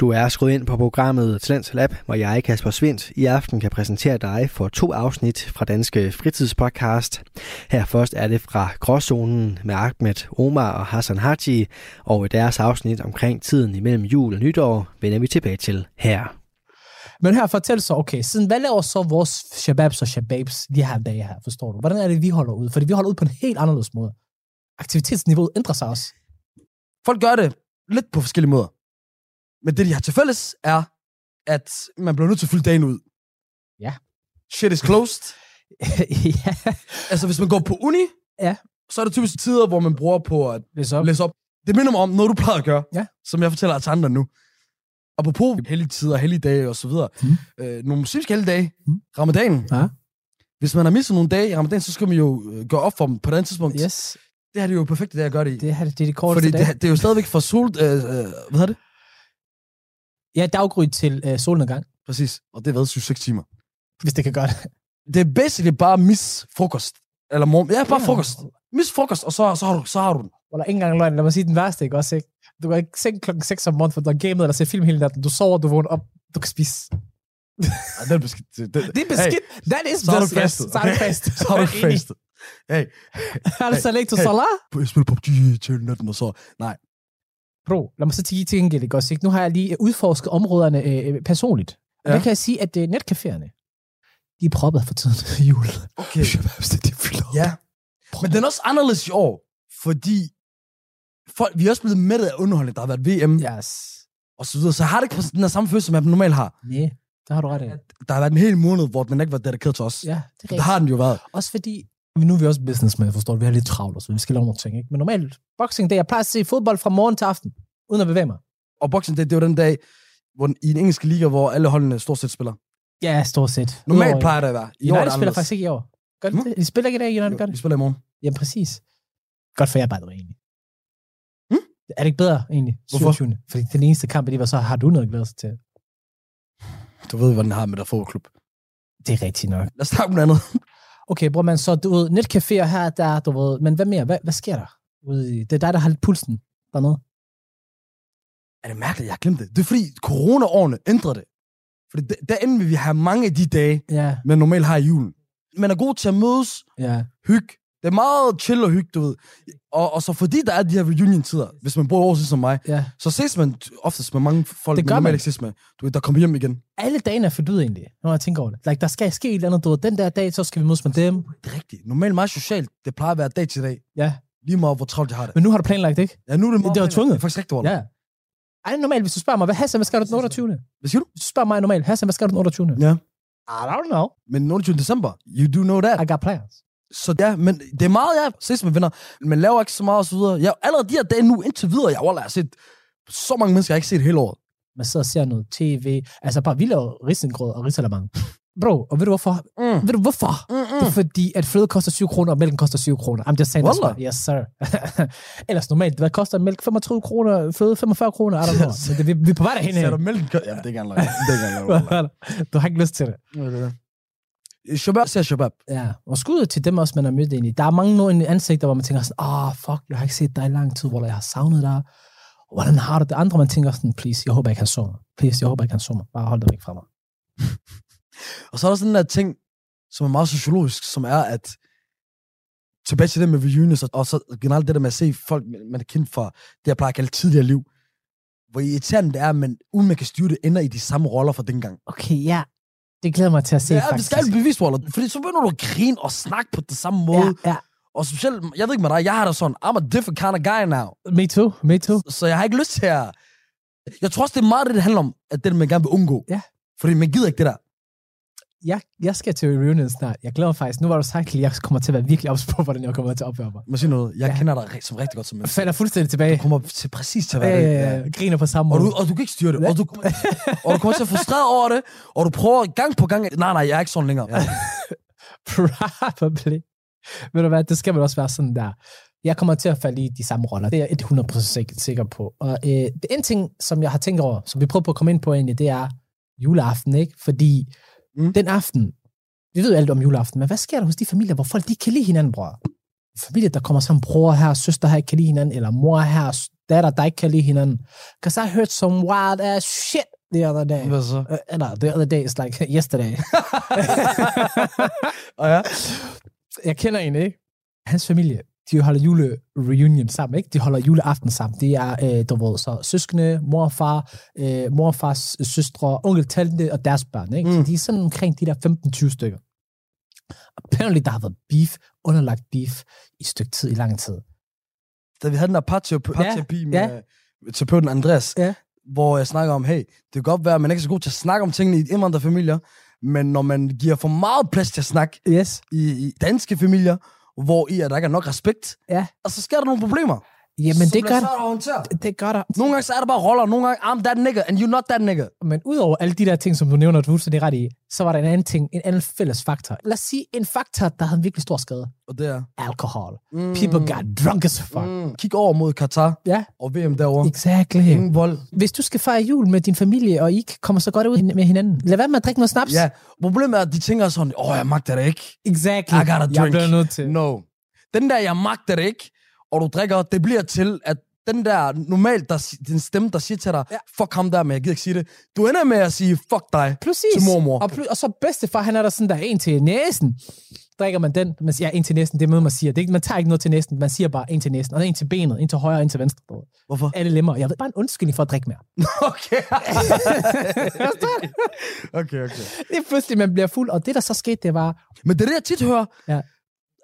Speaker 1: Du er skruet ind på programmet Talent Lab, hvor jeg, Kasper Svindt, i aften kan præsentere dig for to afsnit fra Danske Fritidspodcast. Her først er det fra Gråzonen med Ahmed Omar og Hassan Haji, og i deres afsnit omkring tiden imellem jul og nytår vender vi tilbage til her.
Speaker 2: Men her, fortæl så, okay, siden hvad laver så vores shababs og shababs de her dage her, forstår du? Hvordan er det, vi holder ud? Fordi vi holder ud på en helt anderledes måde. Aktivitetsniveauet ændrer sig også.
Speaker 3: Folk gør det lidt på forskellige måder. Men det, de har til fælles, er, at man bliver nødt til at fylde dagen ud.
Speaker 2: Ja.
Speaker 3: Shit is closed.
Speaker 2: ja,
Speaker 3: Altså, hvis man går på uni,
Speaker 2: Ja.
Speaker 3: så er det typisk tider, hvor man bruger på at
Speaker 2: det er så.
Speaker 3: læse op. Det minder mig om noget, du plejede at gøre,
Speaker 2: Ja.
Speaker 3: som jeg fortæller til andre nu. Apropos hellige tider, hellige dage og så videre.
Speaker 2: Mm.
Speaker 3: Øh, nogle muslimske hellige dage,
Speaker 2: Mm.
Speaker 3: ramadanen.
Speaker 2: Ja.
Speaker 3: Hvis man har misset nogle dage i ramadanen, så skal man jo øh, gøre op for dem på et andet tidspunkt.
Speaker 2: Yes,
Speaker 3: Det her det er jo perfekt, det der gør det i.
Speaker 2: det, her, det er det korteste
Speaker 3: Fordi
Speaker 2: dag.
Speaker 3: det, det, er jo stadigvæk fra sol... Øh, øh, hvad hedder det?
Speaker 2: Ja, daggry til øh, solnedgang,
Speaker 3: Præcis. Og det har været 7-6 timer.
Speaker 2: hvis det kan gøre det.
Speaker 3: Det er basically bare mis frokost. Eller morgen. Ja, bare
Speaker 2: Ja.
Speaker 3: frokost. Mis frokost, og så, så, har, du, så har du den.
Speaker 2: Eller ikke engang løgn, lad mig sige den værste, ikke også, ikke? Du går ikke i seng klokken 6 om morgenen, for du har gamet eller set film hele natten. Du sover, du vågner op, du kan spise.
Speaker 3: Ej, den er beskidt. Det, det,
Speaker 2: Det er beskidt. Hey, That is
Speaker 3: så har du
Speaker 2: best, yes.
Speaker 3: fastet,
Speaker 2: Så er du
Speaker 3: okay?
Speaker 2: fast.
Speaker 3: Så har du fastet. Hey,
Speaker 2: Altså, læg til
Speaker 3: Hey.
Speaker 2: salat.
Speaker 3: jeg spiller PUBG til natten, og så... Nej,
Speaker 2: Bro, lad mig så til til gengæld, ikke også? Ikke? Nu har jeg lige øh, udforsket områderne øh, øh, personligt.
Speaker 3: Ja.
Speaker 2: Ja. Det kan jeg sige, at uh, netcaféerne, de er proppet for tiden i jul.
Speaker 3: Okay.
Speaker 2: de fylder op.
Speaker 3: Ja. Men den er også anderledes i år, fordi folk, vi er også blevet mættet af underholdning. Der har været VM ja.
Speaker 2: Yes.
Speaker 3: og så videre, så har det ikke den her samme følelse, som jeg normalt har.
Speaker 2: Nej, det har du ret i.
Speaker 3: Der har været en hel måned, hvor den ikke var dedikeret til os. Ja.
Speaker 2: Ja, det er
Speaker 3: Det
Speaker 2: rigtigt.
Speaker 3: har den jo været.
Speaker 2: Også fordi, nu er vi også businessmen, forstår du? Vi har lidt travlt, og så vi skal lave nogle ting. Ikke? Men normalt, boxing day, jeg plejer at se fodbold fra morgen til aften, uden at bevæge mig.
Speaker 3: Og Boxing Day, det var den dag, hvor den, i den engelske liga, hvor alle holdene stort set spiller.
Speaker 2: Ja, stort set.
Speaker 3: Normalt
Speaker 2: Udover-
Speaker 3: plejer det at være. I år er
Speaker 2: United spiller
Speaker 3: det anderledes.
Speaker 2: faktisk ikke i år. Gør de
Speaker 3: Hmm?
Speaker 2: det? De spiller ikke i dag, United gør
Speaker 3: Vi
Speaker 2: det.
Speaker 3: spiller i morgen.
Speaker 2: Ja, præcis. Godt for jer, by the way, egentlig.
Speaker 3: Hmm?
Speaker 2: Er det ikke bedre, egentlig?
Speaker 3: Hvorfor?
Speaker 2: 27. Fordi den eneste kamp, det var så, har du noget at glæde sig til.
Speaker 3: Du ved, hvad den har med der fodboldklub.
Speaker 2: Det er rigtigt nok.
Speaker 3: Lad os snakke om noget andet.
Speaker 2: Okay, bror, man, så du ved, netcaféer her, der, du ved, men hvad mere? Hvad, hvad sker der? Ude i, det er dig, der har lidt pulsen dernede.
Speaker 3: Er det mærkeligt, jeg har glemt det? Det er fordi, corona-årene ændrede det. Fordi der, der endte vi have mange af de dage,
Speaker 2: Ja,
Speaker 3: man normalt har i julen. Man er god til at mødes,
Speaker 2: ja.
Speaker 3: hygge. Det er meget chill og hygge, du ved. Og, og så fordi der er de her reunion-tider, hvis man bor i Aarhus som mig,
Speaker 2: Ja.
Speaker 3: så ses man t- oftest med mange folk,
Speaker 2: Det
Speaker 3: man
Speaker 2: gør
Speaker 3: normalt
Speaker 2: man.
Speaker 3: ikke ses med. Du ved, der kommer hjem igen.
Speaker 2: Alle dagene er fyldt ud, egentlig, når jeg tænker over det. Like, der skal ske et eller andet, du ved, den der dag, så skal vi mødes med dem.
Speaker 3: Det er rigtigt. Normalt meget socialt. Det plejer at være dag til dag.
Speaker 2: Ja.
Speaker 3: Lige meget, hvor travlt jeg har det.
Speaker 2: Men nu har du planlagt, ikke?
Speaker 3: Ja, nu er det meget
Speaker 2: Det var
Speaker 3: planlagt.
Speaker 2: tvunget.
Speaker 3: Det er faktisk rigtigt, Walla.
Speaker 2: Ja. Ej, normalt, hvis du spørger mig, hvad, Hassan, hvad skal du den 28.
Speaker 3: Hvad siger du?
Speaker 2: Hvis du spørger mig normalt, Hassan, hvad skal du den 28.
Speaker 3: Ja.
Speaker 2: I don't know.
Speaker 3: Men 28. december, you do know that.
Speaker 2: I got plans.
Speaker 3: Så ja, men det er meget, jeg ses med venner. Man laver ikke så meget og så videre. Jeg, allerede de her dage nu, indtil videre, jeg, wallah, jeg har set så mange mennesker, jeg ikke har set hele året.
Speaker 2: man sidder og ser noget tv. Altså bare, vi laver risengrød og risalamang. Bro, og ved du hvorfor?
Speaker 3: Mm.
Speaker 2: Ved du hvorfor? Det er fordi, at fløde koster 7 kroner, og mælken koster 7 kroner. I'm just saying that's
Speaker 3: Wallah.
Speaker 2: why. Yes, sir. Ellers normalt, hvad koster en mælk? 35 kroner, fløde 45 kroner, I don't know. Men det, vi, vi er på vej derhen.
Speaker 3: Sætter mælken kød? Jamen, det er ikke engang løgn. Det er ikke engang løgn. wallah.
Speaker 2: du har ikke lyst til det.
Speaker 3: Shabab ser Shabab.
Speaker 2: Ja, og skud til dem også, man har mødt egentlig. Der er mange nogen i ansigter, hvor man tænker sådan, ah, oh, fuck, jeg har ikke set dig i lang tid, hvor jeg har savnet dig. Hvordan har du det? Andre, man tænker sådan, please, jeg håber ikke, han så mig. Please, jeg håber ikke, han så mig. Bare hold dig væk fra mig.
Speaker 3: Og så er der sådan en der ting, som er meget sociologisk, som er, at tilbage til det med reunions, og- og så generelt det der med at se folk, man man er kendt fra det, jeg plejer at kalde tidligere liv, hvor irriterende det er, men uden man kan styre det, ender i de samme roller fra dengang.
Speaker 2: Okay, ja. Det glæder mig til at se,
Speaker 3: Det er, det
Speaker 2: faktisk.
Speaker 3: skal jeg bevise, Waller. Fordi så begynder du at grine og snakke på den samme måde.
Speaker 2: Ja, ja.
Speaker 3: Og specielt, jeg ved ikke med dig, jeg har da sådan, I'm a different kind of guy now.
Speaker 2: Me too, me too.
Speaker 3: Så jeg har ikke lyst til at... Jeg tror også, det er meget det, det handler om, at det, man gerne vil undgå.
Speaker 2: Ja.
Speaker 3: Fordi man gider ikke det der.
Speaker 2: Jeg, jeg skal til reunion snart. Jeg glæder mig faktisk. Nu var du sagt, at jeg kommer til at være virkelig ops på, hvordan jeg kommer til at opføre mig.
Speaker 3: Man siger noget, jeg ja.
Speaker 2: Ja.
Speaker 3: kender dig ri- som rigtig godt som menneske.
Speaker 2: Falder fuldstændig tilbage.
Speaker 3: Du kommer til præcis til at være
Speaker 2: Øh,
Speaker 3: det. Ja.
Speaker 2: griner på samme
Speaker 3: Og
Speaker 2: måde.
Speaker 3: du, og du kan ikke styre det. Og du, kommer- og du kommer til at være frustreret over det. Og du prøver gang på gang, nej, nej, jeg er ikke sådan længere. Ja.
Speaker 2: Probably. Ved du hvad, det skal vel også være sådan der. Jeg kommer til at falde i de samme roller. Det er jeg 100% sik- sikker på. Og øh, det en ting, som jeg har tænkt over, som vi prøver på at komme ind på egentlig, det er juleaften, ikke? Fordi
Speaker 3: Mm.
Speaker 2: mm. den aften, vi ved jo alt om juleaften, men hvad sker der hos de familier, hvor folk de ikke kan lide hinanden, bror? Familier, der kommer sammen, bror her, søster her, ikke kan lide hinanden, eller mor her, s- datter, der ikke kan lide hinanden. Cause I heard some wild ass shit the other day.
Speaker 3: Hvad så?
Speaker 2: Uh, no, the other day is like yesterday.
Speaker 3: Og ja.
Speaker 2: jeg kender en, ikke? Hans familie, de holder julereunion sammen, ikke? De holder juleaften sammen. Det er, øh, du ved, så søskende, mor og far, øh, mor og fars søstre, onkel, tante og deres børn, ikke? Mm.
Speaker 3: Mm.
Speaker 2: Så de er sådan omkring de der 15-20 stykker. Apparently, der har været beef, underlagt beef, i et stykke tid, i lang tid.
Speaker 3: Da vi havde den der parterapi
Speaker 2: Ja,
Speaker 3: parterapi med øh, terapeuten Andreas,
Speaker 2: Ja.
Speaker 3: hvor jeg snakker om, hey, det kan godt være, at man ikke er så god til at snakke om tingene i indvandrerfamilier, men når man giver for meget plads til at snakke
Speaker 2: Yes.
Speaker 3: i, i danske familier, hvor i at der ikke er nok respekt,
Speaker 2: Ja.
Speaker 3: og så sker der nogle problemer.
Speaker 2: Jamen,
Speaker 3: som
Speaker 2: det
Speaker 3: bliver
Speaker 2: gør,
Speaker 3: svært at håndtere.
Speaker 2: det gør der.
Speaker 3: Nogle gange så er det bare roller, nogle gange, I'm that nigga, and you're not that nigga.
Speaker 2: Men udover alle de der ting, som du nævner, du er fuldstændig ret i, så var der en anden ting, en anden fælles faktor. Lad os sige, en faktor, der havde en virkelig stor skade.
Speaker 3: Og det er,
Speaker 2: Alkohol. Mm. People got drunk as fuck. Mm.
Speaker 3: mm, kig over mod Katar
Speaker 2: Ja,
Speaker 3: og VM derovre.
Speaker 2: exactly. Mm.
Speaker 3: Ingen vold.
Speaker 2: Hvis du skal fejre jul med din familie, og I ikke kommer så godt ud med hinanden, lad være med at drikke noget snaps.
Speaker 3: Ja, problemet er, at de tænker sådan, åh, oh, jeg magter det ikke.
Speaker 2: exactly.
Speaker 3: I gotta
Speaker 2: Jeg
Speaker 3: drink.
Speaker 2: bliver nødt til.
Speaker 3: No. Den der, jeg magter det ikke, og du drikker, det bliver til, at den der normalt, der, si- din stemme, der siger til dig, ja. fuck ham der, men jeg gider ikke sige det. Du ender med at sige, fuck dig.
Speaker 2: Præcis.
Speaker 3: Til mormor.
Speaker 2: Og, pl- og så bedstefar, han er der sådan der en til næsen. drikker man den, man siger, ja, en til næsten, det er noget, man siger. Det er ikke, man tager ikke noget til næsten, man siger bare en til næsten, og en til benet, en til højre, en til venstre. du ved.
Speaker 3: Hvorfor?
Speaker 2: Alle lemmer. Jeg ved bare en undskyldning for at drikke mere.
Speaker 3: Okay. okay, okay.
Speaker 2: Det er pludselig, man bliver fuld, og det, der så skete, det var,
Speaker 3: Men det er det, jeg tit hører,
Speaker 2: Ja.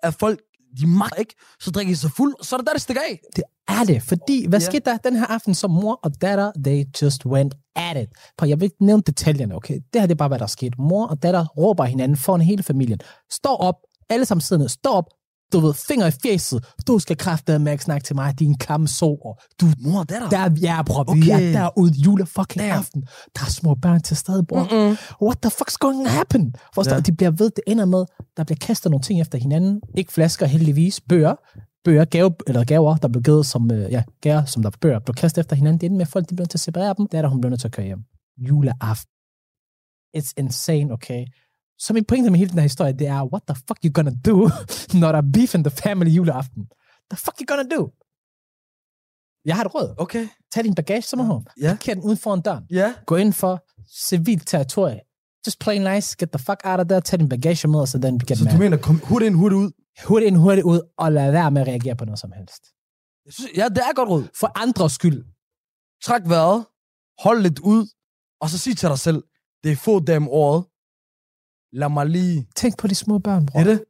Speaker 3: at folk, de magter ikke, så drikker de sig fuld, og så er det der, det stikker af.
Speaker 2: det er det. Fordi, hvad
Speaker 3: Ja.
Speaker 2: skete der den her aften, så mor og datter, they just went at it. På, jeg vil ikke nævne detaljerne, okay? Det her, det er bare, hvad der skete. Mor og datter råber hinanden foran hele familien. Står op, alle sammen siddende, står op, du ved, finger i fjeset. Du skal kræfte med at snakke til mig, din klamme so, og du
Speaker 3: Mor og datter.
Speaker 2: Der er, ja, bror, okay. vi
Speaker 3: Okay.
Speaker 2: er derude julefucking
Speaker 3: Damn.
Speaker 2: aften. Der er små børn til stede, bror. Mm-mm. What the fuck's going to happen? Forstår,
Speaker 3: Ja.
Speaker 2: ja. de bliver ved, det ender med, der bliver kastet nogle ting efter hinanden. Ikke flasker, heldigvis. Bøger. Bøger, gave, eller gaver, der blev givet som, øh, ja, gaver, som der bøger, blev kastet efter hinanden. Det ender med, at folk de bliver nødt til at separere dem. Der er der, hun bliver nødt til at køre hjem. Juleaften. It's insane, okay? Så min pointe med hele den her historie, det er, what the fuck you gonna do, når der er beef in the family juleaften? The fuck you gonna do? Jeg har et råd
Speaker 3: Okay.
Speaker 2: tag din bagage sommerhår,
Speaker 3: Ja.
Speaker 2: ja. parker den uden foran døren,
Speaker 3: Ja.
Speaker 2: gå ind for civilt territorie. Just plain nice, get the fuck out of there, tag din bagage med, og så den get
Speaker 3: Så
Speaker 2: mad.
Speaker 3: du mener, kom hurtigt ind, hurtigt ud.
Speaker 2: Hurtigt ind, hurtigt ud, og lad være med at reagere på noget som helst.
Speaker 3: Jeg synes, ja, det er godt råd.
Speaker 2: For andres skyld.
Speaker 3: Træk vejret, hold lidt ud, og så sig til dig selv, det er få dage om året. Lad mig lige...
Speaker 2: Tænk på de små børn, bror.
Speaker 3: Det er det.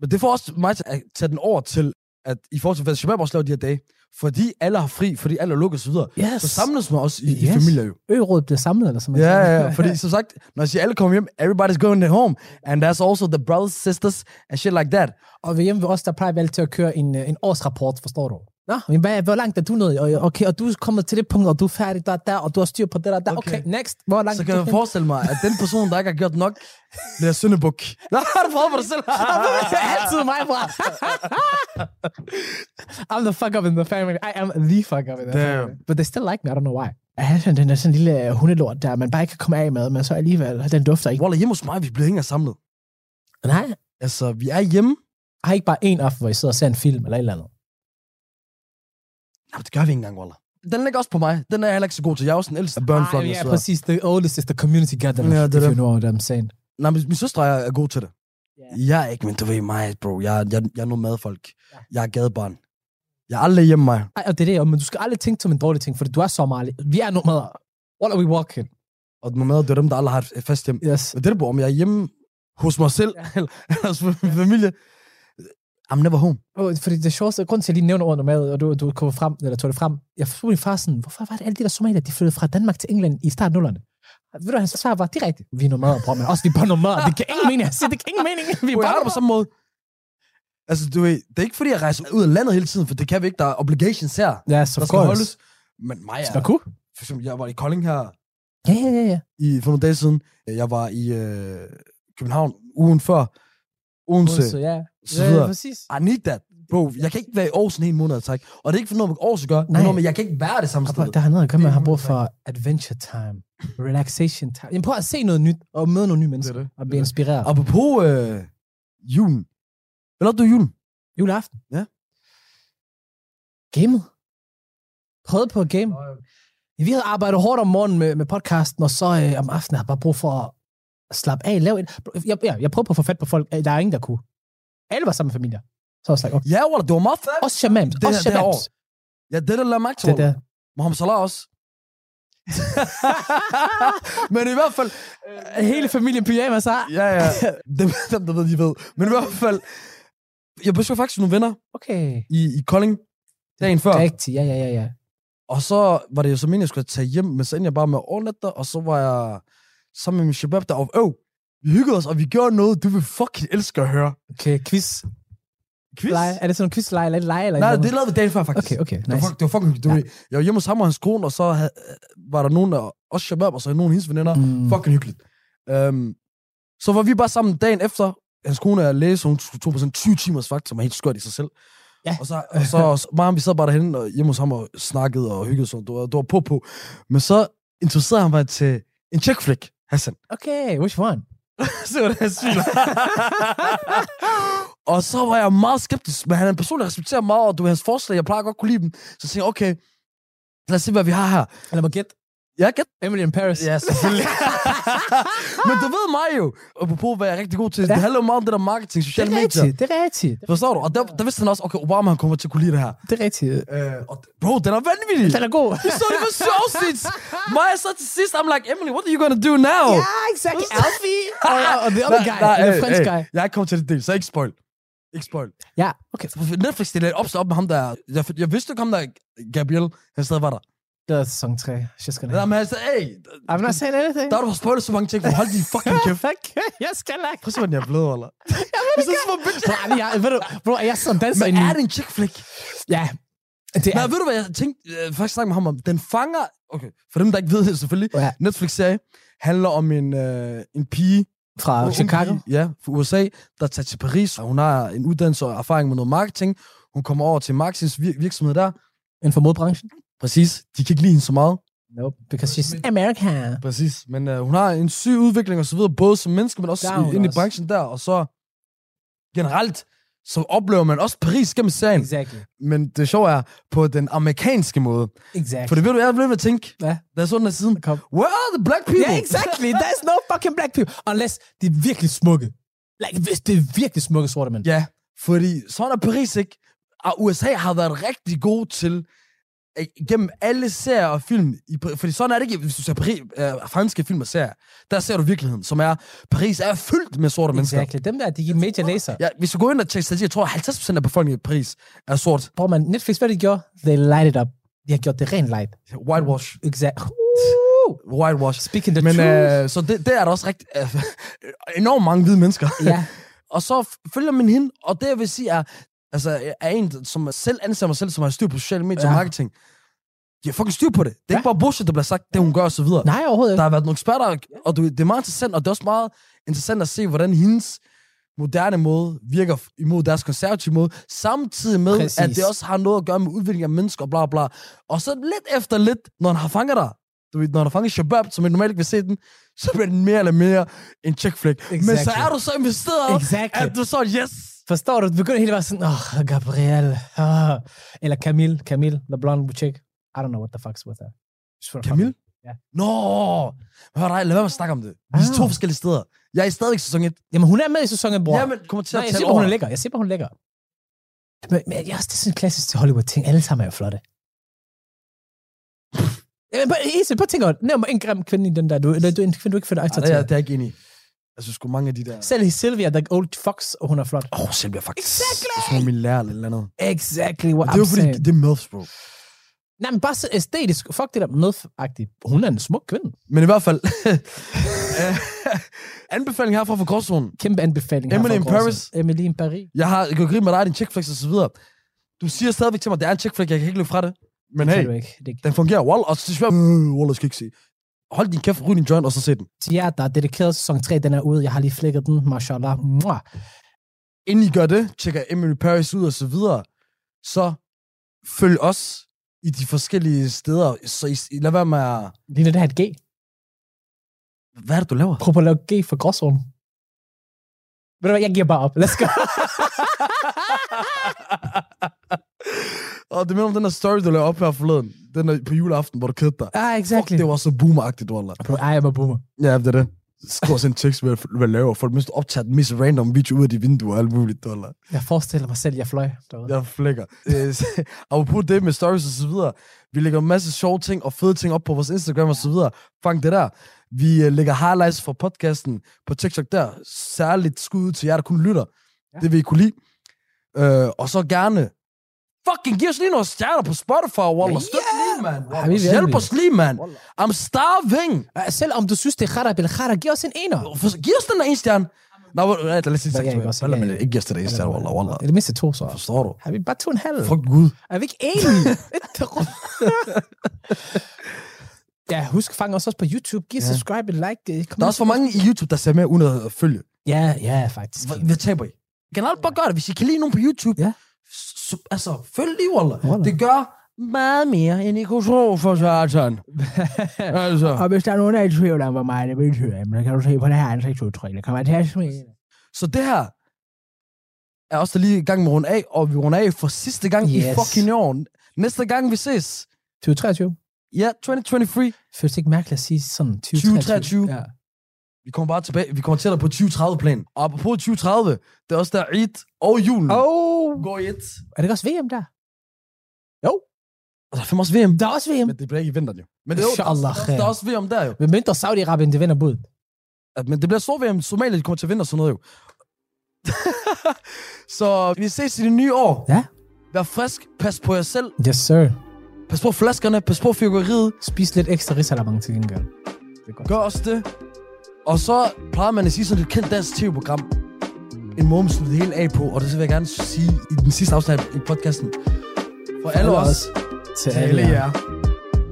Speaker 3: Men det får også mig til at tage den over til, at i forhold til, hvad Shabab også laver de her dage, fordi alle har fri, fordi alle er lukket osv.,
Speaker 2: Yes.
Speaker 3: så samles man også i, yes. i
Speaker 2: Yes.
Speaker 3: familier jo.
Speaker 2: Ørådet bliver samlet, eller sådan
Speaker 3: Ja, ja, ja, fordi som sagt, når jeg siger, alle kommer hjem, everybody's going home, and there's also the brothers, sisters, and shit like that.
Speaker 2: Og ved hjemme ved os, der plejer vi altid til at køre en, øh, en årsrapport, forstår du? Nå, men hvad, hvor langt er du nået? Og, Okay, og du er kommet til det punkt, og du er færdig der, der, og du har styr på det der, der. Okay,
Speaker 3: Okay.
Speaker 2: okay next. Hvor langt
Speaker 3: Så
Speaker 2: er
Speaker 3: kan
Speaker 2: du
Speaker 3: jeg
Speaker 2: henne?
Speaker 3: forestille mig, at den person, der ikke har gjort nok, bliver syndebuk. Nej, har du prøvet for dig selv?
Speaker 2: Det er altid mig, bror. I'm the fuck up in the family. I am the fuck up in the
Speaker 3: Damn.
Speaker 2: family. But they still like me, I don't know why. Jeg har sådan den der sådan lille øh, hundelort der, man bare ikke kan komme af med, men så alligevel, den dufter ikke.
Speaker 3: Walla, hjemme hos mig, vi bliver ikke engang samlet.
Speaker 2: Nej,
Speaker 3: Altså, vi er hjemme.
Speaker 2: jeg har ikke bare en aften, hvor I sidder og ser en film eller et eller andet.
Speaker 3: Nej, det gør vi ikke engang, Walla. Den ligger også på mig. Den er jeg heller ikke så god til. Jeg er også den ældste af børneflokken.
Speaker 2: ja,
Speaker 3: så-
Speaker 2: præcis. The oldest is the community gathering,
Speaker 3: Ja,
Speaker 2: yeah,
Speaker 3: det er
Speaker 2: if you
Speaker 3: det.
Speaker 2: know what I'm saying.
Speaker 3: Nej, min, min søster er, er god til det.
Speaker 2: Ja.
Speaker 3: Yeah. Jeg er ikke, men du ved mig, bro. Jeg, jeg, jeg er noget madfolk. Jeg er gadebarn. Jeg er aldrig hjemme med mig.
Speaker 2: Ej, og det er det, og- men du skal aldrig tænke som en dårlig ting, fordi du er sommerlig. Vi er nomader. What are we walking?
Speaker 3: Og nomader, det er dem, der aldrig har et fast hjem.
Speaker 2: Yes.
Speaker 3: Og det er det, bro, om jeg er hjemme hos mig selv, eller, eller hos min familie. I'm never home.
Speaker 2: Og Fordi det sjoveste, grund til, at jeg lige nævner ordet nomad, og du, du kom frem, eller tog det frem, jeg forstod min far sådan, hvorfor var det alle de der somalier, de flyttede fra Danmark til England i starten af nullerne? Ved du, hvad hans svar var direkte, vi er nomader, bror, men også vi er bare nomader. Det giver ingen mening, jeg siger, det giver ingen mening. Vi er
Speaker 3: Jeg har
Speaker 2: bare
Speaker 3: det på samme måde. Altså, du ved, det er ikke fordi, jeg rejser ud af landet hele tiden, for det kan vi ikke. Der er obligations her,
Speaker 2: Ja, yes,
Speaker 3: der
Speaker 2: of
Speaker 3: skal
Speaker 2: course.
Speaker 3: holdes. Men mig er...
Speaker 2: Skal kunne?
Speaker 3: For eksempel, jeg var i Kolding her
Speaker 2: Ja, ja, ja, ja.
Speaker 3: i, for nogle dage siden. Jeg var i øh, København ugen før. Odense.
Speaker 2: Odense, ja.
Speaker 3: så
Speaker 2: Ja,
Speaker 3: videre.
Speaker 2: præcis.
Speaker 3: I need that. Bro, jeg kan ikke være i Aarhus en hel måned, tak. Og det er ikke for noget, med Aarhus gør.
Speaker 2: Nej.
Speaker 3: Nej. Noget, men jeg kan ikke være det samme
Speaker 2: Og
Speaker 3: sted.
Speaker 2: der har noget at gøre med, at jeg har brug for adventure time, relaxation time. Jamen, prøv at se noget nyt, og møde nogle nye mennesker,
Speaker 3: Det er det.
Speaker 2: og blive inspireret.
Speaker 3: Apropos øh, julen. Hvad lavede du i julen?
Speaker 2: Juleaften?
Speaker 3: Ja.
Speaker 2: Gamet. Prøvede på at game. Vi havde arbejdet hårdt om morgenen med, med podcasten, og så øh, om aftenen havde jeg bare brug for at slappe af. Lave et, jeg, jeg, jeg prøvede på at få fat på folk. Øh, Der er ingen, der kunne. Alle var sammen familier. Så var jeg sådan, okay.
Speaker 3: Ja, Walla, det var meget fedt.
Speaker 2: Også shamams.
Speaker 3: Det
Speaker 2: Også
Speaker 3: her- det her
Speaker 2: shamams.
Speaker 3: Ja, det der lader mærke til,
Speaker 2: Det
Speaker 3: Walla.
Speaker 2: der.
Speaker 3: Mohamed Salah også. Men i hvert fald...
Speaker 2: Hele familien pyjamas har.
Speaker 3: Ja, ja. Dem, dem, der ved, de ved. Men i hvert fald... Jeg besøgte faktisk nogle venner
Speaker 2: Okay.
Speaker 3: i, i Kolding dagen før.
Speaker 2: Rigtigt, ja, ja, ja, ja.
Speaker 3: Og så var det jo så meningen, jeg skulle tage hjem, men så endte jeg bare med at overnatte der, og så var jeg sammen med min shabab der, og øv, vi hyggede os, og vi gjorde noget, du vil fucking elske at høre.
Speaker 2: Okay, quiz.
Speaker 3: Quiz?
Speaker 2: Leje. Er det sådan en quiz Leje, eller leje? Eller
Speaker 3: Nej,
Speaker 2: noget?
Speaker 3: det lavede vi dagen før, faktisk.
Speaker 2: Okay, okay,
Speaker 3: Det var,
Speaker 2: nice.
Speaker 3: fuck- det var fucking, du
Speaker 2: Ja.
Speaker 3: ved, jeg var hjemme hos ham og hans kone, og så havde, var der nogen af os shabab, og så nogle af hendes
Speaker 2: Mhm.
Speaker 3: veninder. Mm. Fucking hyggeligt. Um, så var vi bare sammen dagen efter, hans kone er læge, så hun tog på sådan 20 timers vagt, som er helt skørt i sig selv.
Speaker 2: Ja.
Speaker 3: Og så, og så og så- mig og ham, vi sad bare derhen og hjemme hos ham og snakkede og hyggede, så det var, det var på på. Men så introducerede han mig til en chick flick, Hassan.
Speaker 2: Okay, which one?
Speaker 3: så var det hans svil. og så var jeg meget skeptisk, men han er en person, jeg respekterer meget, og du ved, hans forslag, jeg plejer godt at kunne lide dem. Så tænkte jeg, okay, lad os se, hvad vi har her.
Speaker 2: Lad mig gætte.
Speaker 3: Jeg kan...
Speaker 2: Emily in Paris.
Speaker 3: Ja, selvfølgelig. Men du ved mig jo. Apropos, hvad jeg er rigtig god til. Det handler jo meget om det der marketing,
Speaker 2: Det
Speaker 3: sociale
Speaker 2: er
Speaker 3: medier.
Speaker 2: rigtigt, det er rigtigt.
Speaker 3: Forstår du? Og der, der vidste han også, okay, Obama han kommer til at kunne lide det her.
Speaker 2: Det er rigtigt.
Speaker 3: Øh, og d- bro, den er vanvittig.
Speaker 2: Den er god.
Speaker 3: Vi så det på sausage. Maja så til sidst, I'm like, Emily, what are you gonna do now?
Speaker 2: Ja, exakt. Alfie og, og, og the other
Speaker 3: Nej,
Speaker 2: guy,
Speaker 3: nej,
Speaker 2: the
Speaker 3: hey,
Speaker 2: French
Speaker 3: hey,
Speaker 2: guy.
Speaker 3: Jeg er ikke kommet til det del, så ikke spoil. Ikke spoil.
Speaker 2: Ja, okay.
Speaker 3: Netflix stillede et opslag op med ham der... Jeg, jeg vidste ikke, ham der Gabriel, han stadig var der.
Speaker 2: Det er sæson 3. Shit skal
Speaker 3: Men
Speaker 2: have.
Speaker 3: Jamen, han sagde, hey,
Speaker 2: I'm not saying anything.
Speaker 3: der har du spoilet så mange ting, for hold din fucking kæft.
Speaker 2: Fuck, jeg skal ikke.
Speaker 3: Prøv at se, hvordan jeg er blevet, eller? Jeg ved det bitch.
Speaker 2: Bro, jeg, ved du, bro, jeg sidder og danser
Speaker 3: Men
Speaker 2: ind i...
Speaker 3: er det en chick flick?
Speaker 2: Ja, det
Speaker 3: Nej,
Speaker 2: er...
Speaker 3: ved du, hvad jeg tænkte? Øh, faktisk snakke med ham om. Den fanger... Okay, for dem, der ikke ved det selvfølgelig.
Speaker 2: Ja.
Speaker 3: Netflix-serie handler om en, øh, en pige,
Speaker 2: Fra
Speaker 3: Og
Speaker 2: Chicago.
Speaker 3: Pige, ja, fra USA, der tager til Paris, og hun har en uddannelse og erfaring med noget marketing. Hun kommer over til marketingsvirksomhed der.
Speaker 2: Inden for modbranchen.
Speaker 3: Præcis. De kan ikke lide hende så meget.
Speaker 2: Nope, because she's American.
Speaker 3: Præcis. Men øh, hun har en syg udvikling og så videre, både som menneske, men
Speaker 2: Der
Speaker 3: også
Speaker 2: er hun
Speaker 3: i- ind i
Speaker 2: også.
Speaker 3: branchen der. Og så generelt, så oplever man også Paris gennem serien.
Speaker 2: Exactly.
Speaker 3: Men det sjove er, på den amerikanske måde.
Speaker 2: Exactly.
Speaker 3: For det ved du, jeg blev ved at tænke,
Speaker 2: Ja.
Speaker 3: der er sådan der siden,
Speaker 2: Kom.
Speaker 3: where are the black people?
Speaker 2: Yeah, exactly. There's no fucking black people. Unless de er virkelig smukke. Like, hvis det er virkelig smukke sorte mænd.
Speaker 3: Ja, fordi sådan er Paris ikke. Og USA har været rigtig god til, øh, gennem alle serier og film, i, Par- fordi sådan er det ikke, hvis du ser Paris, øh, franske film og serier, der ser du virkeligheden, som er, Paris er fyldt med sorte mennesker.
Speaker 2: Exactly. Dem der, de er major laser.
Speaker 3: Ja, hvis du går ind og tjekker statistik, jeg tror, 50% af befolkningen i Paris er sort.
Speaker 2: Bror, man, Netflix, hvad de gjorde? They light it up. De har gjort det rent light.
Speaker 3: Whitewash.
Speaker 2: Exact.
Speaker 3: Whitewash.
Speaker 2: Speaking the
Speaker 3: Men
Speaker 2: truth.
Speaker 3: øh, så det, det er der også rigtig, øh, enormt mange hvide mennesker.
Speaker 2: ja,
Speaker 3: Og så f- følger man hende, og det jeg vil sige er, altså er en, som selv anser mig selv, som har styr på sociale medier ja. og
Speaker 2: Ja.
Speaker 3: marketing. De har fucking styr på det. Det er ja. ikke bare bullshit, der bliver sagt, det hun gør og så videre.
Speaker 2: nej, overhovedet
Speaker 3: Der
Speaker 2: ikke.
Speaker 3: har været nogle eksperter, og du, det er meget interessant, og det er også meget interessant at se, hvordan hendes moderne måde virker f- imod deres konservative måde, samtidig med, Præcis.
Speaker 2: Præcis.
Speaker 3: at det også har noget at gøre med udvikling af mennesker og bla bla. Og så lidt efter lidt, når han har fanget dig, du ved, når han har fanget Shabab, som jeg normalt ikke vil se den, så bliver den mere eller mere en chick flick. Exactly. Men så
Speaker 2: Exactly.
Speaker 3: er du så investeret,
Speaker 2: Exactly.
Speaker 3: at du så, yes,
Speaker 2: Forstår du? Du begynder hele vejen sådan, åh, oh, Gabriel. Oh. Eller Camille. Camille, the blonde chick. I don't know what the fuck's with her. She's from-
Speaker 3: Camille?
Speaker 2: Ja.
Speaker 3: Nå, hør dig, lad være med at snakke om det. Vi er
Speaker 2: Ah.
Speaker 3: to forskellige steder. Jeg er stadigvæk i sæson 1.
Speaker 2: Jamen, hun er med i sæsonen, bror.
Speaker 3: Jamen, kommer til
Speaker 2: Nej,
Speaker 3: at
Speaker 2: jeg
Speaker 3: tale
Speaker 2: siger bare,
Speaker 3: over.
Speaker 2: hun er lækker. Jeg siger bare, hun er lækker. Men, men jeg, det er sådan en klassisk Hollywood-ting. Alle sammen er jo flotte. Jamen, bare, Ise, bare tænk over det. Nævn mig en grim kvinde i den der. Du, eller du, en kvinde, du ikke finder
Speaker 3: Ej,
Speaker 2: aktor
Speaker 3: det,
Speaker 2: til.
Speaker 3: er, det er jeg ikke enig i. Jeg synes sgu mange af de der...
Speaker 2: Selv Sylvia, the old fox, og hun er flot.
Speaker 3: Åh, oh, selv bliver faktisk... Exactly! Som min lærer eller et eller andet.
Speaker 2: Exactly what
Speaker 3: Det er
Speaker 2: I'm
Speaker 3: jo fordi,
Speaker 2: saying.
Speaker 3: det er MILFs, bro.
Speaker 2: Nej, men bare så æstetisk. Fuck det der medagtigt. Hun er en smuk kvinde.
Speaker 3: Men i hvert fald... øh, anbefaling herfra fra Gråzonen.
Speaker 2: Kæmpe anbefaling. her
Speaker 3: Emily
Speaker 2: fra
Speaker 3: in
Speaker 2: Gråsen.
Speaker 3: Paris.
Speaker 2: Emily in Paris.
Speaker 3: Jeg har jeg kan grine med dig, din chick flex og så videre. Du siger stadigvæk til mig, det er en chick flex, jeg kan ikke løbe fra det. Men
Speaker 2: Det
Speaker 3: hey,
Speaker 2: kan du ikke. Det,
Speaker 3: den fungerer. Wall, og så synes jeg, øh, Wall, jeg skal ikke se. Hold din kæft, ryd din joint, og så se den.
Speaker 2: til jer, der er dedikeret sæson 3, den er ude. Jeg har lige flækket den. Mashallah. Mwah.
Speaker 3: inden I gør det, tjekker Emily Paris ud og så videre, så følg os i de forskellige steder. Så I, lad være med at...
Speaker 2: Ligner det her et G?
Speaker 3: Hvad er det, du laver?
Speaker 2: Prøv på at lave G for gråzonen. Ved du hvad, jeg giver bare op. Let's go.
Speaker 3: Og det minder om den der story, du lavede op her forleden. Den der på juleaften, hvor du kedte dig.
Speaker 2: ah,
Speaker 3: Fuck, det var så boomeragtigt, Walla.
Speaker 2: Bro, I am a boomer.
Speaker 3: Ja, det er det. Skriv os en tekst, hvad hvad jeg laver. For det mindste optaget den mest random video ud af de vinduer og alt muligt, Walla.
Speaker 2: Jeg forestiller mig selv, jeg fløj derude.
Speaker 3: Jeg flækker. Øh, så- Apropos det med stories og så videre. Vi lægger en masse sjove ting og fede ting op på vores Instagram og så videre. Fang det der. Vi øh, lægger highlights fra podcasten på TikTok der. Særligt skud ud til jer, der kun lytter. Ja. Det vil I kunne lide. Øh, og så gerne... Fucking giv os lige nogle stjerner på Spotify, Walla. Yeah. Støt lige, mand.
Speaker 2: vi vil
Speaker 3: Wallah. Hjælp
Speaker 2: det.
Speaker 3: os lige, mand. I'm starving.
Speaker 2: Ah, Selv om du synes, det er kharab eller kharab, giv os en ener.
Speaker 3: For- Giv os den der ene stjerne. Nej, hvor- lad os lige
Speaker 2: Hvad, jeg ikke også? Ja, ja.
Speaker 3: sige Ikke giv os den der ene stjerne, Walla. Walla.
Speaker 2: Det er det mindste to, så.
Speaker 3: Forstår du?
Speaker 2: Har vi bare to og en halv?
Speaker 3: Fuck Gud.
Speaker 2: Er vi ikke enige? Et rum. ja, husk, fang os også på YouTube. Giv
Speaker 3: Ja.
Speaker 2: subscribe, et like. øh, Kom
Speaker 3: Der er også for mange i YouTube, der ser med uden at følge.
Speaker 2: Ja, ja, faktisk.
Speaker 3: Hvad- Hvad taber I? Generelt bare gør det. Hvis I kan lide nogen på YouTube,
Speaker 2: Ja.
Speaker 3: s- s- altså, følg lige, Wallah.
Speaker 2: Wallah.
Speaker 3: Det gør meget mere, end I kunne tro for satan. altså.
Speaker 2: Og hvis der er nogen, der er i tvivl om, hvor meget det betyder, jamen, så kan du se på det her ansigtsudtryk. Det kommer til at smile.
Speaker 3: Så det her er også lige i gang med at runde af, og vi runder af for sidste gang yes. i
Speaker 2: Yes.
Speaker 3: fucking år. Næste gang vi ses,
Speaker 2: 2023.
Speaker 3: Ja, 2023.
Speaker 2: Føles det ikke mærkeligt at sige sådan
Speaker 3: 2023.
Speaker 2: 2023? Ja.
Speaker 3: Vi kommer bare tilbage. Vi kommer tættere på 2030-planen. Og apropos 2030, det er også der Eid og julen oh.
Speaker 2: Oh,
Speaker 3: går i et.
Speaker 2: er det ikke også VM der?
Speaker 3: Og der er fandme også VM.
Speaker 2: Der er også VM.
Speaker 3: Men det bliver ikke i vinteren jo. Men det er jo, der, er
Speaker 2: Inshallah,
Speaker 3: også- der, der er også VM der jo.
Speaker 2: Men mindre Saudi-Arabien, det vinder budet.
Speaker 3: At- Men det bliver stor VM. Somalia de kommer til at vinde og sådan noget jo. så vi ses i det nye år.
Speaker 2: Ja.
Speaker 3: Vær frisk. Pas på jer selv.
Speaker 2: Yes, sir.
Speaker 3: Pas på flaskerne. Pas på fyrkeriet.
Speaker 2: Spis lidt ekstra risalamang til gengæld.
Speaker 3: Gør også det. Og så plejer man at sige sådan et kendt dansk tv-program. En måde, man slutter det hele af på. Og det vil jeg gerne sige i den sidste afsnit i podcasten. For alle os.
Speaker 2: Til alle jer.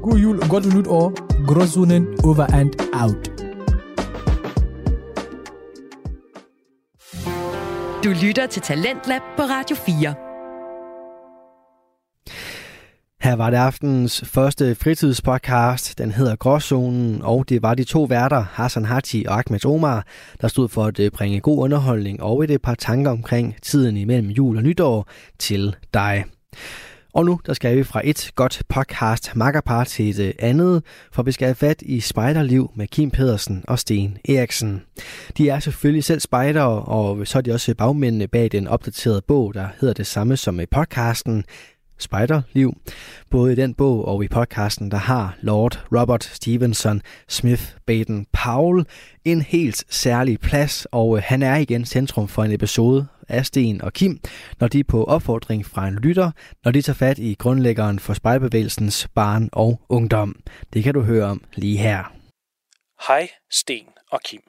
Speaker 2: God jul, og godt nytår. Gråzonen over and out.
Speaker 5: Du lytter til Talentlab på Radio 4.
Speaker 1: Her var det aftenens første fritidspodcast. Den hedder Gråzonen, og det var de to værter, Hassan Haji og Ahmed Omar, der stod for at øh, bringe god underholdning og et øh, par tanker omkring tiden imellem jul og nytår til dig. Og nu der skal vi fra et godt podcast makkerpar til et øh, andet, for vi skal have fat i Spejderliv med Kim Pedersen og Sten Eriksen. De er selvfølgelig selv spejdere, og så er de også bagmændene bag den opdaterede bog, der hedder det samme som øh, podcasten, Spejderliv. Både i den bog og i podcasten, der har Lord Robert Stevenson Smith Baden Powell en helt særlig plads, og øh, han er igen centrum for en episode af Sten og Kim, når de på opfordring fra en lytter, når de tager fat i grundlæggeren for spejbevægelsens barn og ungdom. Det kan du høre om lige her.
Speaker 6: Hej Sten og Kim.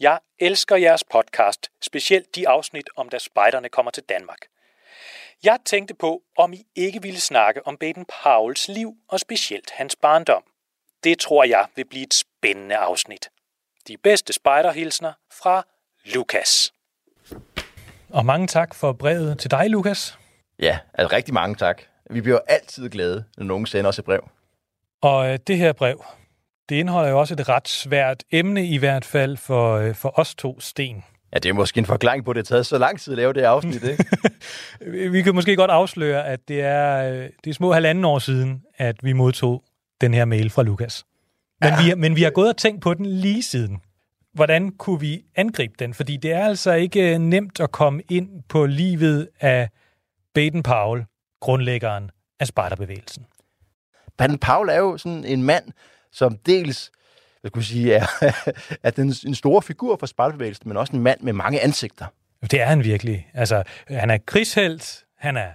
Speaker 6: Jeg elsker jeres podcast, specielt de afsnit om, da spejderne kommer til Danmark. Jeg tænkte på, om I ikke ville snakke om Baden Pauls liv og specielt hans barndom. Det tror jeg vil blive et spændende afsnit. De bedste spejderhilsner fra Lukas. Og mange tak for brevet til dig, Lukas.
Speaker 4: Ja, altså rigtig mange tak. Vi bliver altid glade, når nogen sender os et brev.
Speaker 6: Og øh, det her brev, det indeholder jo også et ret svært emne i hvert fald for, øh, for os to, Sten.
Speaker 4: Ja, det er måske en forklaring på, at det har taget så lang tid at lave det afsnit, ikke?
Speaker 6: Vi kan måske godt afsløre, at det er, øh, det er små halvanden år siden, at vi modtog den her mail fra Lukas. Men, ja. vi, har- men vi har gået og tænkt på den lige siden. Hvordan kunne vi angribe den? Fordi det er altså ikke øh, nemt at komme ind på livet af Baden Powell, grundlæggeren af spartabevægelsen.
Speaker 4: Baden Paul er jo sådan en mand, som dels jeg skulle sige, er, er den, en stor figur for spejlbevægelsen, men også en mand med mange ansigter.
Speaker 6: Det er han virkelig. Altså, han er krigshelt, han er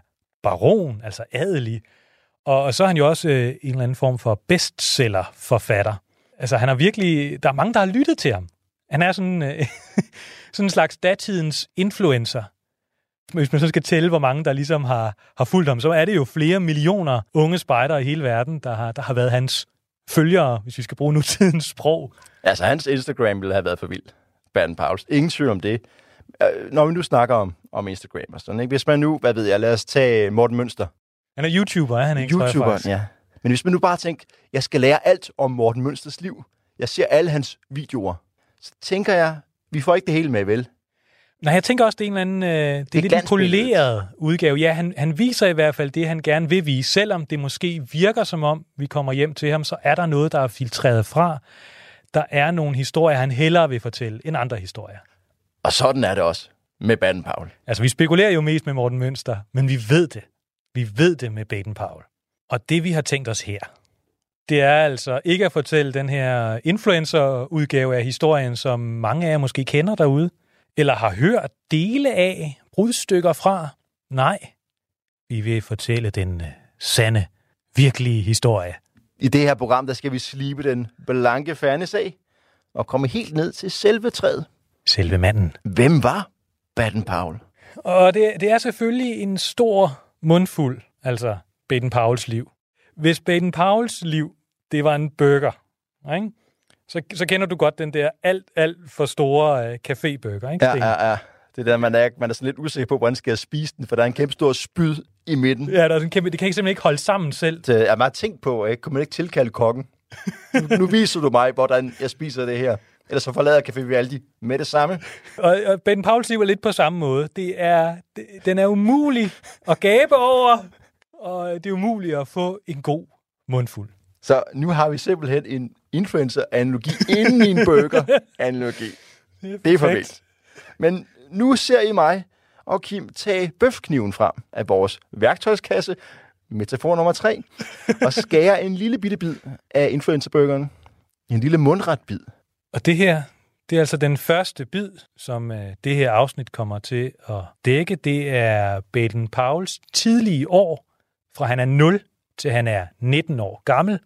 Speaker 6: baron, altså adelig, og, og så er han jo også øh, en eller anden form for bestseller-forfatter. Altså, han har virkelig... Der er mange, der har lyttet til ham. Han er sådan, øh, sådan en slags datidens influencer. Hvis man så skal tælle, hvor mange der ligesom har, har fulgt ham, så er det jo flere millioner unge spejdere i hele verden, der har, der har været hans følgere, hvis vi skal bruge nutidens sprog.
Speaker 4: Altså, hans Instagram ville have været for vild. Baden Pauls. Ingen tvivl om det. Øh, Når vi nu snakker om, om Instagram og sådan, ikke? Hvis man nu, hvad ved jeg, lad os tage Morten Mønster.
Speaker 6: Han er YouTuber, er han ikke? tror jeg
Speaker 4: YouTuberen,
Speaker 6: faktisk.
Speaker 4: ja. Men hvis man nu bare tænker, jeg skal lære alt om Morten Mønsters liv. Jeg ser alle hans videoer. Så tænker jeg, vi får ikke det hele med, vel?
Speaker 6: Nej, jeg tænker også, det er en eller anden... Øh, det, det er lidt en
Speaker 4: glansbillede.
Speaker 6: poleret udgave. Ja, han, han viser i hvert fald det, han gerne vil vise. Selvom det måske virker som om, vi kommer hjem til ham, så er der noget, der er filtreret fra. Der er nogle historier, han hellere vil fortælle, end andre historier.
Speaker 4: Og sådan er det også med Baden Paul.
Speaker 6: Altså, vi spekulerer jo mest med Morten Mønster, men vi ved det. Vi ved det med Baden Powell. Og det, vi har tænkt os her, det er altså ikke at fortælle den her influencer-udgave af historien, som mange af jer måske kender derude, eller har hørt dele af, brudstykker fra. Nej, vi vil fortælle den øh, sande, virkelige historie.
Speaker 4: I det her program, der skal vi slibe den blanke fanesag og komme helt ned til selve træet.
Speaker 6: Selve manden.
Speaker 4: Hvem var Baden Paul?
Speaker 6: Og det, det er selvfølgelig en stor mundfuld, altså Baden Pauls liv. Hvis Baden Pauls liv, det var en burger, ikke? Så, så kender du godt den der alt, alt for store øh, cafébøger, ikke?
Speaker 4: Ja,
Speaker 6: Sten?
Speaker 4: ja, ja. Det er der, man er, man er sådan lidt usikker på, hvordan skal jeg spise den, for der er en kæmpe stor spyd i midten.
Speaker 6: ja der er sådan en kæmpe, det kan ikke simpelthen ikke holde sammen selv.
Speaker 4: Det er meget tænkt på, ikke? Kunne man ikke tilkalde kokken? Nu- nu viser du mig, hvordan jeg spiser det her. Ellers så forlader Café Vivaldi med det samme.
Speaker 6: Og, og Ben Pauls liv er lidt på samme måde. Det er, det, den er umulig at gabe over, og det er umuligt at få en god mundfuld.
Speaker 4: Så nu har vi simpelthen en influencer-analogi inden i en burger-analogi. Det er for vildt. Men nu ser I mig og Kim tage bøfkniven frem af vores værktøjskasse, metafor nummer tre, og skære en lille bitte bid af influencerburgeren. En lille mundret bid.
Speaker 6: Og det her, det er altså den første bid, som øh, det her afsnit kommer til at dække. Det er Baden Pauls tidlige år, fra han er 0 til han er 19 år gammel.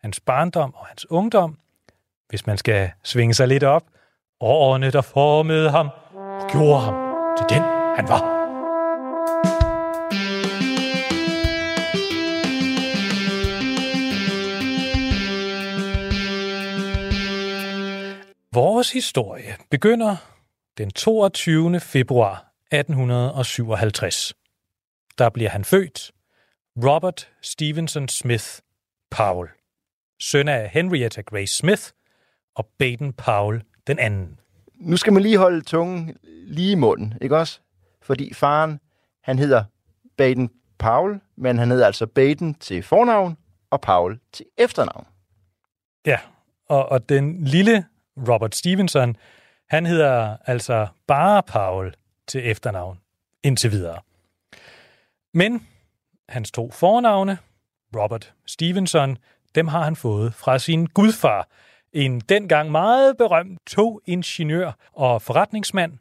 Speaker 6: Hans barndom og hans ungdom, hvis man skal svinge sig lidt op. Årene, der formede ham og gjorde ham til den, han var. Vores historie begynder den 22. februar 1857. Der bliver han født Robert Stevenson Smith Powell, søn af Henrietta Grace Smith og Baden Powell den anden.
Speaker 4: Nu skal man lige holde tungen lige i munden, ikke også? Fordi faren, han hedder Baden Paul, men han hedder altså Baden til fornavn og Paul til efternavn.
Speaker 6: Ja, og, og den lille Robert Stevenson, han hedder altså bare Paul til efternavn indtil videre. Men hans to fornavne, Robert Stevenson, dem har han fået fra sin gudfar, en dengang meget berømt togingeniør og forretningsmand.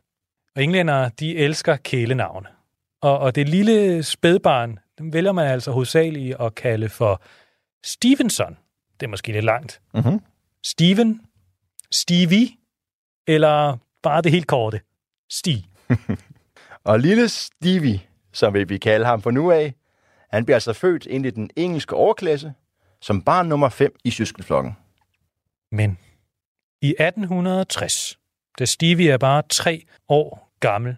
Speaker 6: Og englænder, de elsker kælenavne. Og, og det lille spædbarn, dem vælger man altså hovedsageligt at kalde for Stevenson. Det er måske lidt langt.
Speaker 4: Mm-hmm.
Speaker 6: Steven, Stevie, eller bare det helt korte, Sti.
Speaker 4: Og lille Stevie, som vil vi kalde ham for nu af, han bliver altså født ind i den engelske overklasse, som barn nummer 5 i søskenflokken.
Speaker 6: Men i 1860, da Stevie er bare tre år gammel,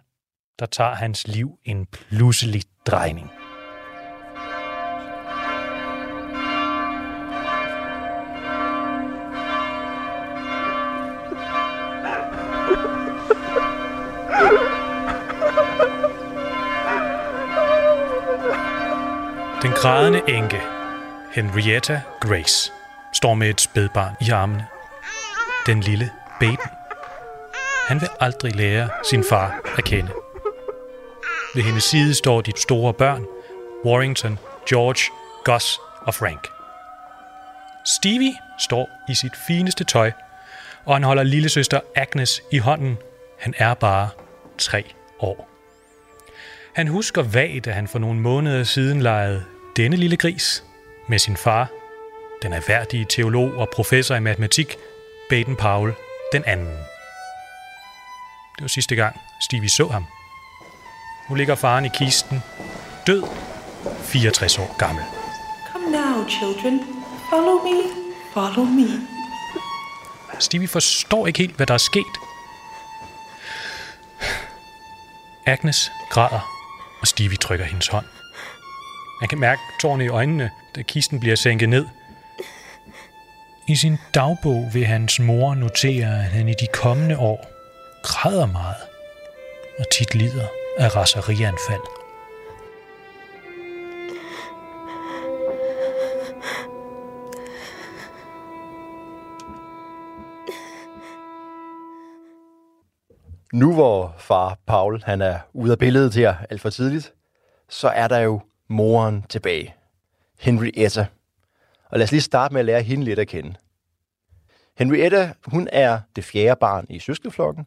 Speaker 6: der tager hans liv en pludselig drejning. Den grædende enke, Henrietta Grace, står med et spædbarn i armene. Den lille baby. Han vil aldrig lære sin far at kende. Ved hendes side står de store børn, Warrington, George, Gus og Frank. Stevie står i sit fineste tøj, og han holder lillesøster Agnes i hånden. Han er bare tre år. Han husker vagt, at han for nogle måneder siden legede denne lille gris med sin far, den erhverdige teolog og professor i matematik, Baden Powell den anden. Det var sidste gang, Stevie så ham. Nu ligger faren i kisten, død, 64 år gammel.
Speaker 7: Come now, children. Follow me. Follow me.
Speaker 6: Stevie forstår ikke helt, hvad der er sket. Agnes græder, og Stevie trykker hendes hånd. Man kan mærke tårne i øjnene, da kisten bliver sænket ned. I sin dagbog vil hans mor notere, at han i de kommende år græder meget og tit lider af raserianfald.
Speaker 4: Nu hvor far Paul han er ude af billedet her alt for tidligt, så er der jo moren tilbage. Henrietta. Og lad os lige starte med at lære hende lidt at kende. Henrietta, hun er det fjerde barn i søskenflokken,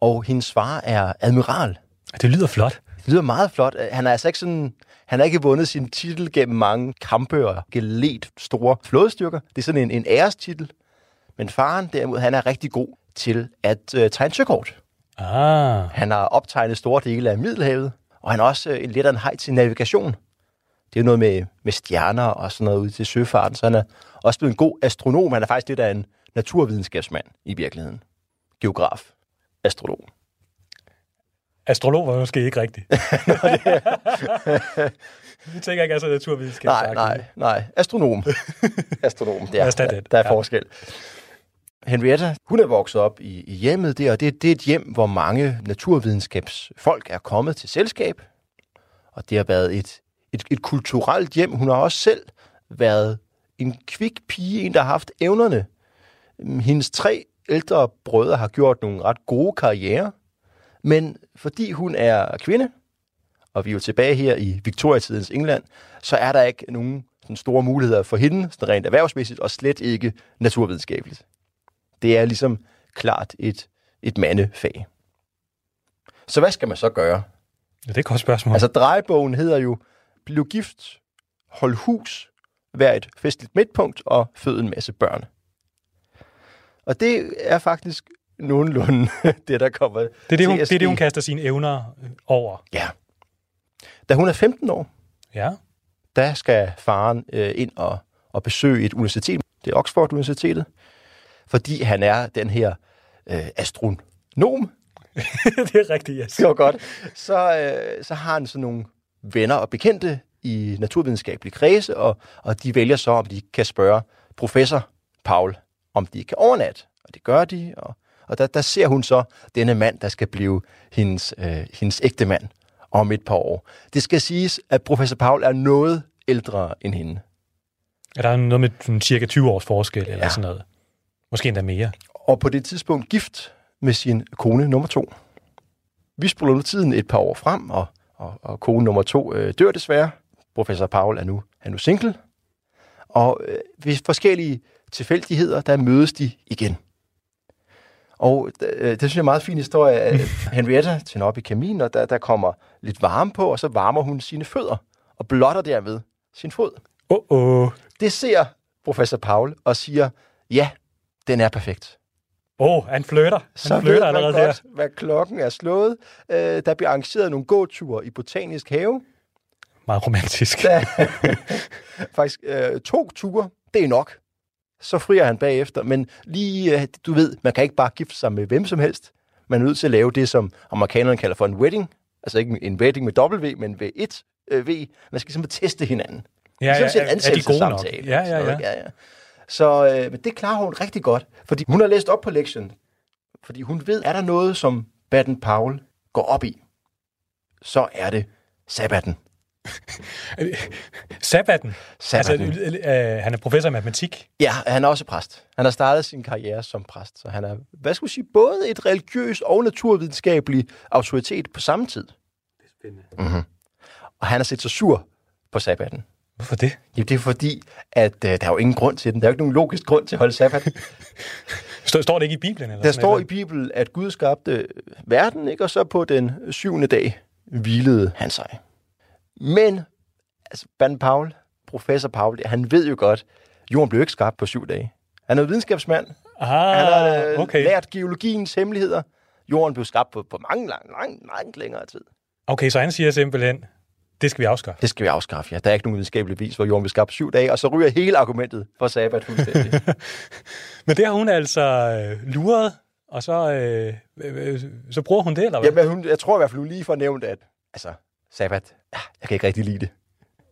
Speaker 4: og hendes far er admiral.
Speaker 6: Det lyder flot.
Speaker 4: Det lyder meget flot. Han er altså ikke sådan, han har ikke vundet sin titel gennem mange kampe og gelet store flådestyrker. Det er sådan en, en ærestitel. Men faren derimod, han er rigtig god til at øh, tegne søkort.
Speaker 6: Ah,
Speaker 4: Han har optegnet store dele af Middelhavet, og han er også øh, en lidt af en hej til navigation. Det er jo noget med, med stjerner og sådan noget ude til søfarten, så han er også blevet en god astronom. Han er faktisk lidt af en naturvidenskabsmand i virkeligheden. Geograf. Astronom.
Speaker 6: astrolog var måske ikke rigtigt. det tænker ikke, altså naturvidenskab.
Speaker 4: Nej, nej, nej. Astronom. Astronom, det er,
Speaker 6: Lad os tage
Speaker 4: der,
Speaker 6: den.
Speaker 4: der er
Speaker 6: Ja.
Speaker 4: forskel. Henrietta, hun er vokset op i, i hjemmet der, og det, det er et hjem, hvor mange naturvidenskabsfolk er kommet til selskab. Og det har været et, et, et kulturelt hjem. Hun har også selv været en kvik pige, en, der har haft evnerne. Mm, Hendes tre ældre brødre har gjort nogle ret gode karriere, men fordi hun er kvinde, og vi er jo tilbage her i Victoria-tidens England, så er der ikke nogen sådan store muligheder for hende, sådan rent erhvervsmæssigt, og slet ikke naturvidenskabeligt. Det er ligesom klart et, et mandefag. Så hvad skal man så gøre?
Speaker 6: Ja, det er et godt spørgsmål.
Speaker 4: Altså, drejebogen hedder jo, bliv gift, hold hus, vær et festligt midtpunkt og fød en masse børn. Og det er faktisk nogenlunde det, der kommer
Speaker 6: det, er det, hun,
Speaker 4: til at
Speaker 6: det er det, hun
Speaker 4: ske.
Speaker 6: kaster sine evner øh, over.
Speaker 4: Ja. Da hun er 15 år,
Speaker 6: Ja.
Speaker 4: der skal faren øh, ind og, og besøge et universitet. Det er Oxford Universitetet. Fordi han er den her øh, astronom,
Speaker 6: det er rigtigt, yes.
Speaker 4: det var godt. Så, øh, så har han sådan nogle venner og bekendte i naturvidenskabelige kredse, og, og de vælger så, om de kan spørge professor Paul, om de kan overnatte. Og det gør de, og, og der, der ser hun så denne mand, der skal blive hendes, øh, hendes ægte mand om et par år. Det skal siges, at professor Paul er noget ældre end hende.
Speaker 6: Er der noget med sådan, cirka 20 års forskel eller
Speaker 4: Ja.
Speaker 6: sådan noget? Måske endda mere.
Speaker 4: og på det tidspunkt gift med sin kone nummer to. Vi spoler nu tiden et par år frem, og, og, og kone nummer to øh, dør desværre. Professor Paul er nu, er nu single. Og øh, ved forskellige tilfældigheder, der mødes de igen. Og øh, det synes jeg er en meget fin historie. at Henrietta tænder op i kaminen, og der, der kommer lidt varme på, og så varmer hun sine fødder og blotter derved sin fod.
Speaker 6: Åh, oh, åh. Oh.
Speaker 4: Det ser professor Paul og siger, ja, den er perfekt.
Speaker 6: Oh, han flytter. Han
Speaker 4: Så ved
Speaker 6: flytter
Speaker 4: man
Speaker 6: allerede der.
Speaker 4: godt, hvad klokken er slået. Øh, der bliver arrangeret nogle gåture i Botanisk Have.
Speaker 6: Meget romantisk.
Speaker 4: Der, faktisk øh, to ture, det er nok. Så frier han bagefter, men lige, øh, du ved, man kan ikke bare gifte sig med hvem som helst. Man er nødt til at lave det, som amerikanerne kalder for en wedding. Altså ikke en wedding med W, men ved et øh, V. Man skal simpelthen teste hinanden. Ja, ligesom ja, en
Speaker 6: er de gode nok?
Speaker 4: ansættelsessamtale.
Speaker 6: Ja,
Speaker 4: sådan
Speaker 6: ja, ja.
Speaker 4: noget, ja, ja. Så øh, men det klarer hun rigtig godt, fordi hun har læst op på lektien. Fordi hun ved, er der noget, som Baden Paul går op i, så er det sabbaten.
Speaker 6: Sabbaten. Altså,
Speaker 4: sabbaten. Altså,
Speaker 6: øh, øh, han er professor i matematik.
Speaker 4: ja, han er også præst. Han har startet sin karriere som præst, så han er, hvad skulle jeg sige, både et religiøst og naturvidenskabelig autoritet på samme tid. Det er spændende. Mm-hmm. Og han har set sig sur på sabbaten.
Speaker 6: Hvorfor det?
Speaker 4: Jamen, det er fordi, at øh, der er jo ingen grund til den. Der er jo ikke nogen logisk grund til at holde sabbat.
Speaker 6: Står, står det ikke i Bibelen? Eller
Speaker 4: Der
Speaker 6: sådan
Speaker 4: står
Speaker 6: et
Speaker 4: i Bibelen, at Gud skabte verden, ikke? og så på den syvende dag hvilede han sig. Men, altså, Van Paul, professor Paul, han ved jo godt, jorden blev ikke skabt på syv dage. Han er videnskabsmand. Han har
Speaker 6: eller? Ah,
Speaker 4: øh,
Speaker 6: okay.
Speaker 4: lært geologiens hemmeligheder. Jorden blev skabt på, på mange, lang, lang, lang længere tid.
Speaker 6: Okay, så han siger simpelthen, det skal vi afskaffe.
Speaker 4: Det skal vi afskaffe, ja. Der er ikke nogen videnskabelig vis, hvor jorden blev skabt på syv dage, og så ryger hele argumentet for sabbat fuldstændig.
Speaker 6: Men det har hun altså øh, luret, og så, øh, øh, øh, så bruger hun det, eller hvad?
Speaker 4: Jamen, hun, jeg tror i hvert fald, hun lige får nævnt, at altså, sabbat, ah, jeg kan ikke rigtig lide det.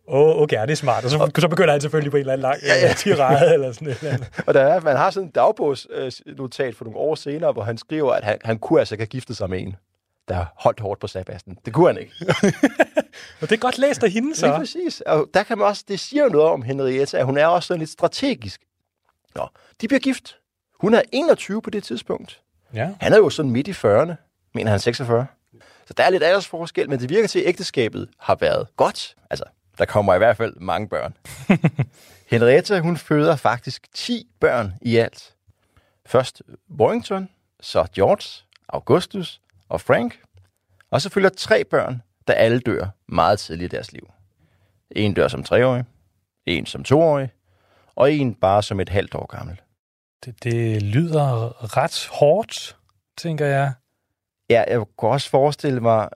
Speaker 6: Åh, oh, okay, ja, det er smart. Og så, så begynder han selvfølgelig på en eller anden lang ja, ja. tirade, eller sådan et eller andet.
Speaker 4: Og der er, man har sådan en dagbogsnotat for nogle år senere, hvor han skriver, at han, han kunne altså ikke have giftet sig med en, der holdt hårdt på sabbaten. Det kunne han ikke.
Speaker 6: Og det er godt læst af hende,
Speaker 4: Lige
Speaker 6: så.
Speaker 4: præcis. Og der kan man også, det siger jo noget om Henrietta, at hun er også sådan lidt strategisk. Nå, de bliver gift. Hun er 21 på det tidspunkt.
Speaker 6: Ja.
Speaker 4: Han er jo sådan midt i 40'erne, mener han er 46. Så der er lidt aldersforskel, men det virker til, at ægteskabet har været godt. Altså, der kommer i hvert fald mange børn. Henrietta, hun føder faktisk 10 børn i alt. Først Warrington, så George, Augustus og Frank. Og så følger tre børn, der alle dør meget tidligt i deres liv. En dør som treårig, en som toårig, og en bare som et halvt år gammel.
Speaker 6: Det, det lyder ret hårdt, tænker jeg.
Speaker 4: Ja, jeg kunne også forestille mig,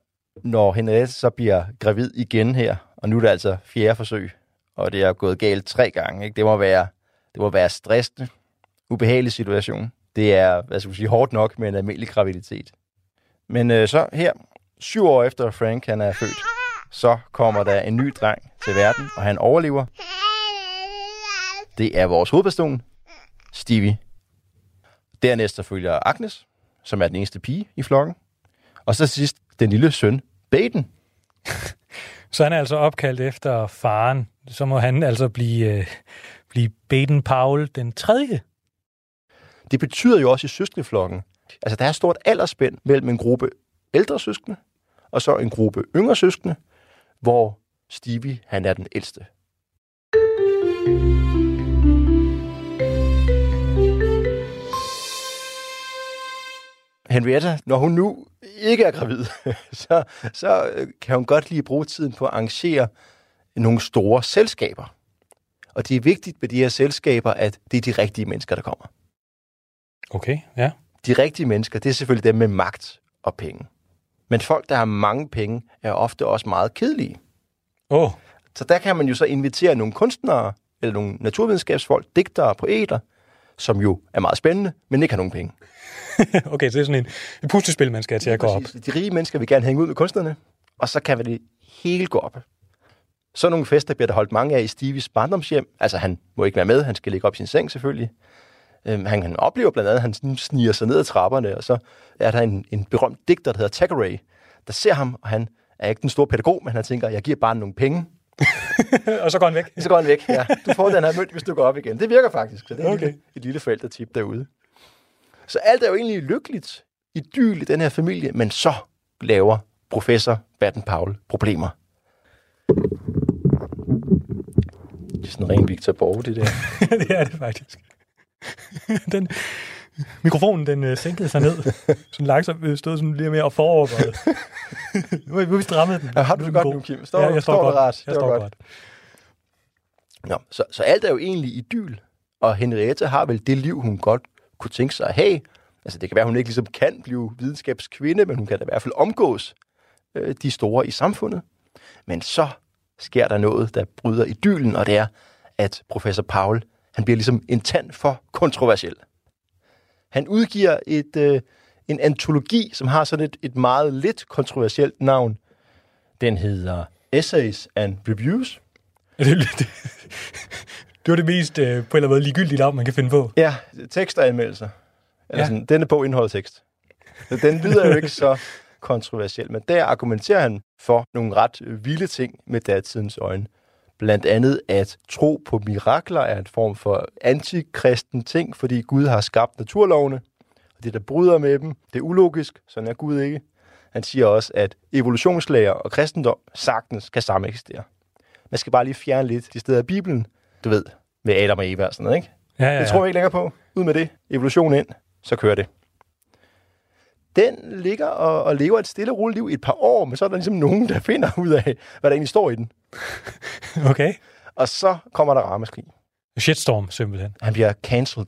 Speaker 4: når Henriette så bliver gravid igen her, og nu er det altså fjerde forsøg, og det er gået galt tre gange. Ikke? Det, må være, det må være stressende, ubehagelig situation. Det er, hvad skal man sige, hårdt nok med en almindelig graviditet. Men øh, så her, syv år efter Frank han er født, så kommer der en ny dreng til verden, og han overlever. Det er vores hovedperson, Stevie. Dernæst så følger Agnes, som er den eneste pige i flokken. Og så sidst den lille søn, Baden.
Speaker 6: Så han er altså opkaldt efter faren. Så må han altså blive, øh, blive Baden Powell den tredje.
Speaker 4: Det betyder jo også i søskendeflokken. Altså, der er et stort aldersspænd mellem en gruppe ældre søskende, og så en gruppe yngre søskende, hvor Stevie, han er den ældste. Henrietta, når hun nu ikke er gravid, så, så øh, kan hun godt lige bruge tiden på at arrangere nogle store selskaber. Og det er vigtigt med de her selskaber, at det er de rigtige mennesker, der kommer.
Speaker 6: Okay, ja.
Speaker 4: De rigtige mennesker, det er selvfølgelig dem med magt og penge. Men folk, der har mange penge, er ofte også meget kedelige.
Speaker 6: Åh, oh,
Speaker 4: Så der kan man jo så invitere nogle kunstnere, eller nogle naturvidenskabsfolk, digtere, poeter, som jo er meget spændende, men ikke har nogen penge.
Speaker 6: okay, så det er sådan en, et puslespil, man skal til at gå op.
Speaker 4: Præcis. De rige mennesker vil gerne hænge ud med kunstnerne, og så kan det hele gå op. Så nogle fester bliver der holdt mange af i Stevies barndomshjem. Altså, han må ikke være med, han skal ligge op i sin seng selvfølgelig. Øhm, han, han oplever blandt andet, at han sådan sniger sig ned ad trapperne, og så er der en, en berømt digter, der hedder Thackeray, der ser ham, og han er ikke den store pædagog, men han tænker, jeg giver bare nogle penge,
Speaker 6: og så går han væk.
Speaker 4: så går han væk. Ja. Du får den her mønt, hvis du går op igen. Det virker faktisk, så det er okay.
Speaker 6: Okay.
Speaker 4: et, lille, et lille forældretip derude. Så alt er jo egentlig lykkeligt, idyl i den her familie, men så laver professor Batten Paul problemer. Det er sådan ren Victor Borge, det der.
Speaker 6: det er det faktisk. den, mikrofonen, den øh, sænkede sig ned. Sådan langsomt øh, stod sådan lige mere og foroverbøjet. nu har vi- nu har vi strammet den.
Speaker 4: Ja, har du det
Speaker 6: er den
Speaker 4: godt
Speaker 6: god.
Speaker 4: nu, Kim? Står-
Speaker 6: ja, jeg står,
Speaker 4: står du
Speaker 6: godt.
Speaker 4: ret?
Speaker 6: Jeg
Speaker 4: Det var
Speaker 6: står
Speaker 4: godt.
Speaker 6: godt.
Speaker 4: Nå, så, så alt er jo egentlig idyl, og Henriette har vel det liv, hun godt kunne tænke sig at have. Altså, det kan være, hun ikke ligesom kan blive videnskabskvinde, men hun kan da i hvert fald omgås øh, de store i samfundet. Men så sker der noget, der bryder idylen, og det er, at professor Paul, han bliver ligesom en tand for kontroversiel. Han udgiver et, øh, en antologi, som har sådan et, et meget lidt kontroversielt navn. Den hedder Essays and Reviews.
Speaker 6: Ja, Det, det, det var det mest øh, på en eller anden måde ligegyldige navn, man kan finde på.
Speaker 4: Ja, tekst og anmeldelser. Eller ja.
Speaker 6: Ja.
Speaker 4: sådan, denne bog indeholder tekst. Så Den lyder jo ikke så kontroversiel, men der argumenterer han for nogle ret vilde ting med datidens øjne. Blandt andet, at tro på mirakler er en form for antikristen ting, fordi Gud har skabt naturlovene, og det, der bryder med dem, det er ulogisk, sådan er Gud ikke. Han siger også, at evolutionslæger og kristendom sagtens kan sameksistere. Man skal bare lige fjerne lidt de steder i Bibelen, du ved, med Adam og Eva og sådan noget, ikke?
Speaker 6: Ja, ja,
Speaker 4: Det tror vi ikke længere på. Ud med det. Evolution ind. Så kører det. Den ligger og, og lever et stille og roligt liv i et par år, men så er der ligesom nogen, der finder ud af, hvad der egentlig står i den.
Speaker 6: Okay.
Speaker 4: Og så kommer der ramaskrig.
Speaker 6: Shitstorm, simpelthen.
Speaker 4: Han bliver cancelled.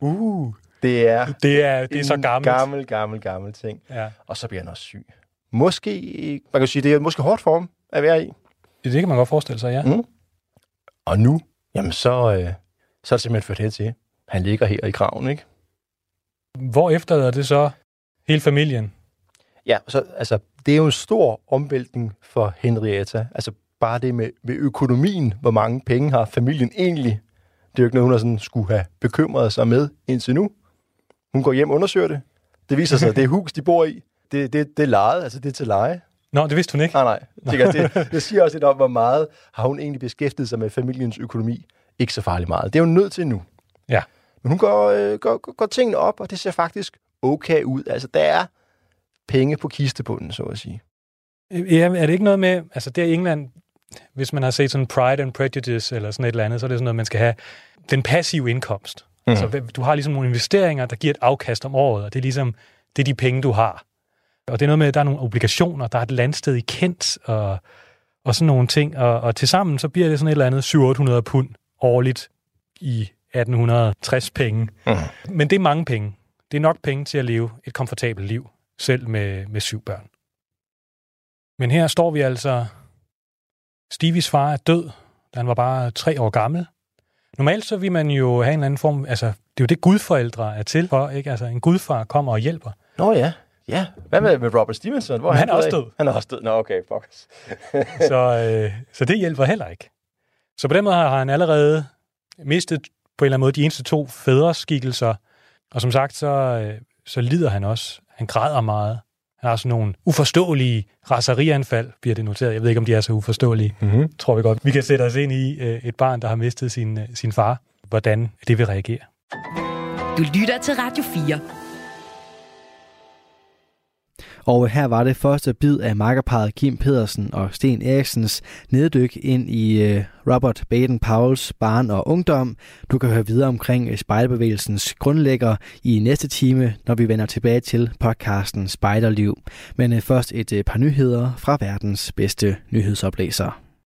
Speaker 6: Uh.
Speaker 4: Det er, det
Speaker 6: Det er, det er så gammelt.
Speaker 4: gammel, gammel, gammel ting.
Speaker 6: Ja.
Speaker 4: Og så bliver han også syg. Måske, man kan sige, det er måske hårdt for ham at være i.
Speaker 6: Det kan man godt forestille sig, ja.
Speaker 4: Mm. Og nu, jamen så, øh, så er det simpelthen ført hen til. Han ligger her i graven, ikke?
Speaker 6: Hvor efterlader det så hele familien?
Speaker 4: Ja, så altså, det er jo en stor omvæltning for Henrietta. Altså bare det med, med økonomien, hvor mange penge har familien egentlig. Det er jo ikke noget, hun har sådan skulle have bekymret sig med indtil nu. Hun går hjem og undersøger det. Det viser sig, at det hus, de bor i, det, det, det er lejet, altså det er til leje.
Speaker 6: Nå, det vidste hun ikke.
Speaker 4: Nej, nej. Det, kan- det, det siger også lidt om, hvor meget har hun egentlig beskæftiget sig med familiens økonomi. Ikke så farligt meget. Det er hun nødt til nu.
Speaker 6: Ja.
Speaker 4: Men hun går, øh, går, går, går tingene op, og det ser faktisk okay ud. Altså, der er penge på kistebunden, så at sige.
Speaker 6: Øh, Ja, er det ikke noget med, altså der i England, hvis man har set sådan Pride and Prejudice eller sådan et eller andet, så er det sådan noget, man skal have den passive indkomst. Mm.
Speaker 4: Mhm.
Speaker 6: Altså, hvad- du har ligesom nogle investeringer, der giver et afkast om året, og det er ligesom, det er de penge, du har. Og det er noget med, at der er nogle obligationer, der er et landsted i Kent, og, og sådan nogle ting, og, og tilsammen så bliver det sådan et eller andet 700-800 pund årligt i 1860 penge. Mm. Men det er mange penge. Det er nok penge til at leve et komfortabelt liv, selv med, med syv børn. Men her står vi altså... Stevies far er død, da han var bare tre år gammel. Normalt så vil man jo have en eller anden form... Altså, det er jo det, gudforældre er til for, ikke? Altså, en gudfar kommer og hjælper.
Speaker 4: Nå ja. Ja. Hvad med, med Robert Stevenson? Hvor
Speaker 6: Men han er
Speaker 4: blevet
Speaker 6: også
Speaker 4: af?
Speaker 6: død.
Speaker 4: Han er også død. Nå, okay, fuck.
Speaker 6: Så, øh, så det hjælper heller ikke. Så på den måde har han allerede mistet på en eller anden måde de eneste to fædreskikkelser. Og som sagt, så, øh, så lider han også. Han græder meget. Han har sådan nogle uforståelige raserianfald, bliver det noteret. Jeg ved ikke, om de er så uforståelige. Mm-hmm. Tror vi godt. Vi kan sætte os ind i øh, et barn, der har mistet sin, øh, sin far. Hvordan det vil reagere.
Speaker 5: Du lytter til Radio 4.
Speaker 1: Og her var det første bid af makkerparet Kim Pedersen og Sten Eriksens neddyk ind i øh, Robert Baden Powells barn og ungdom. Du kan høre videre omkring øh, spejderbevægelsens grundlægger i næste time, når vi vender tilbage til podcasten Spejderliv. Men øh, først et øh, par nyheder fra verdens bedste nyhedsoplæser.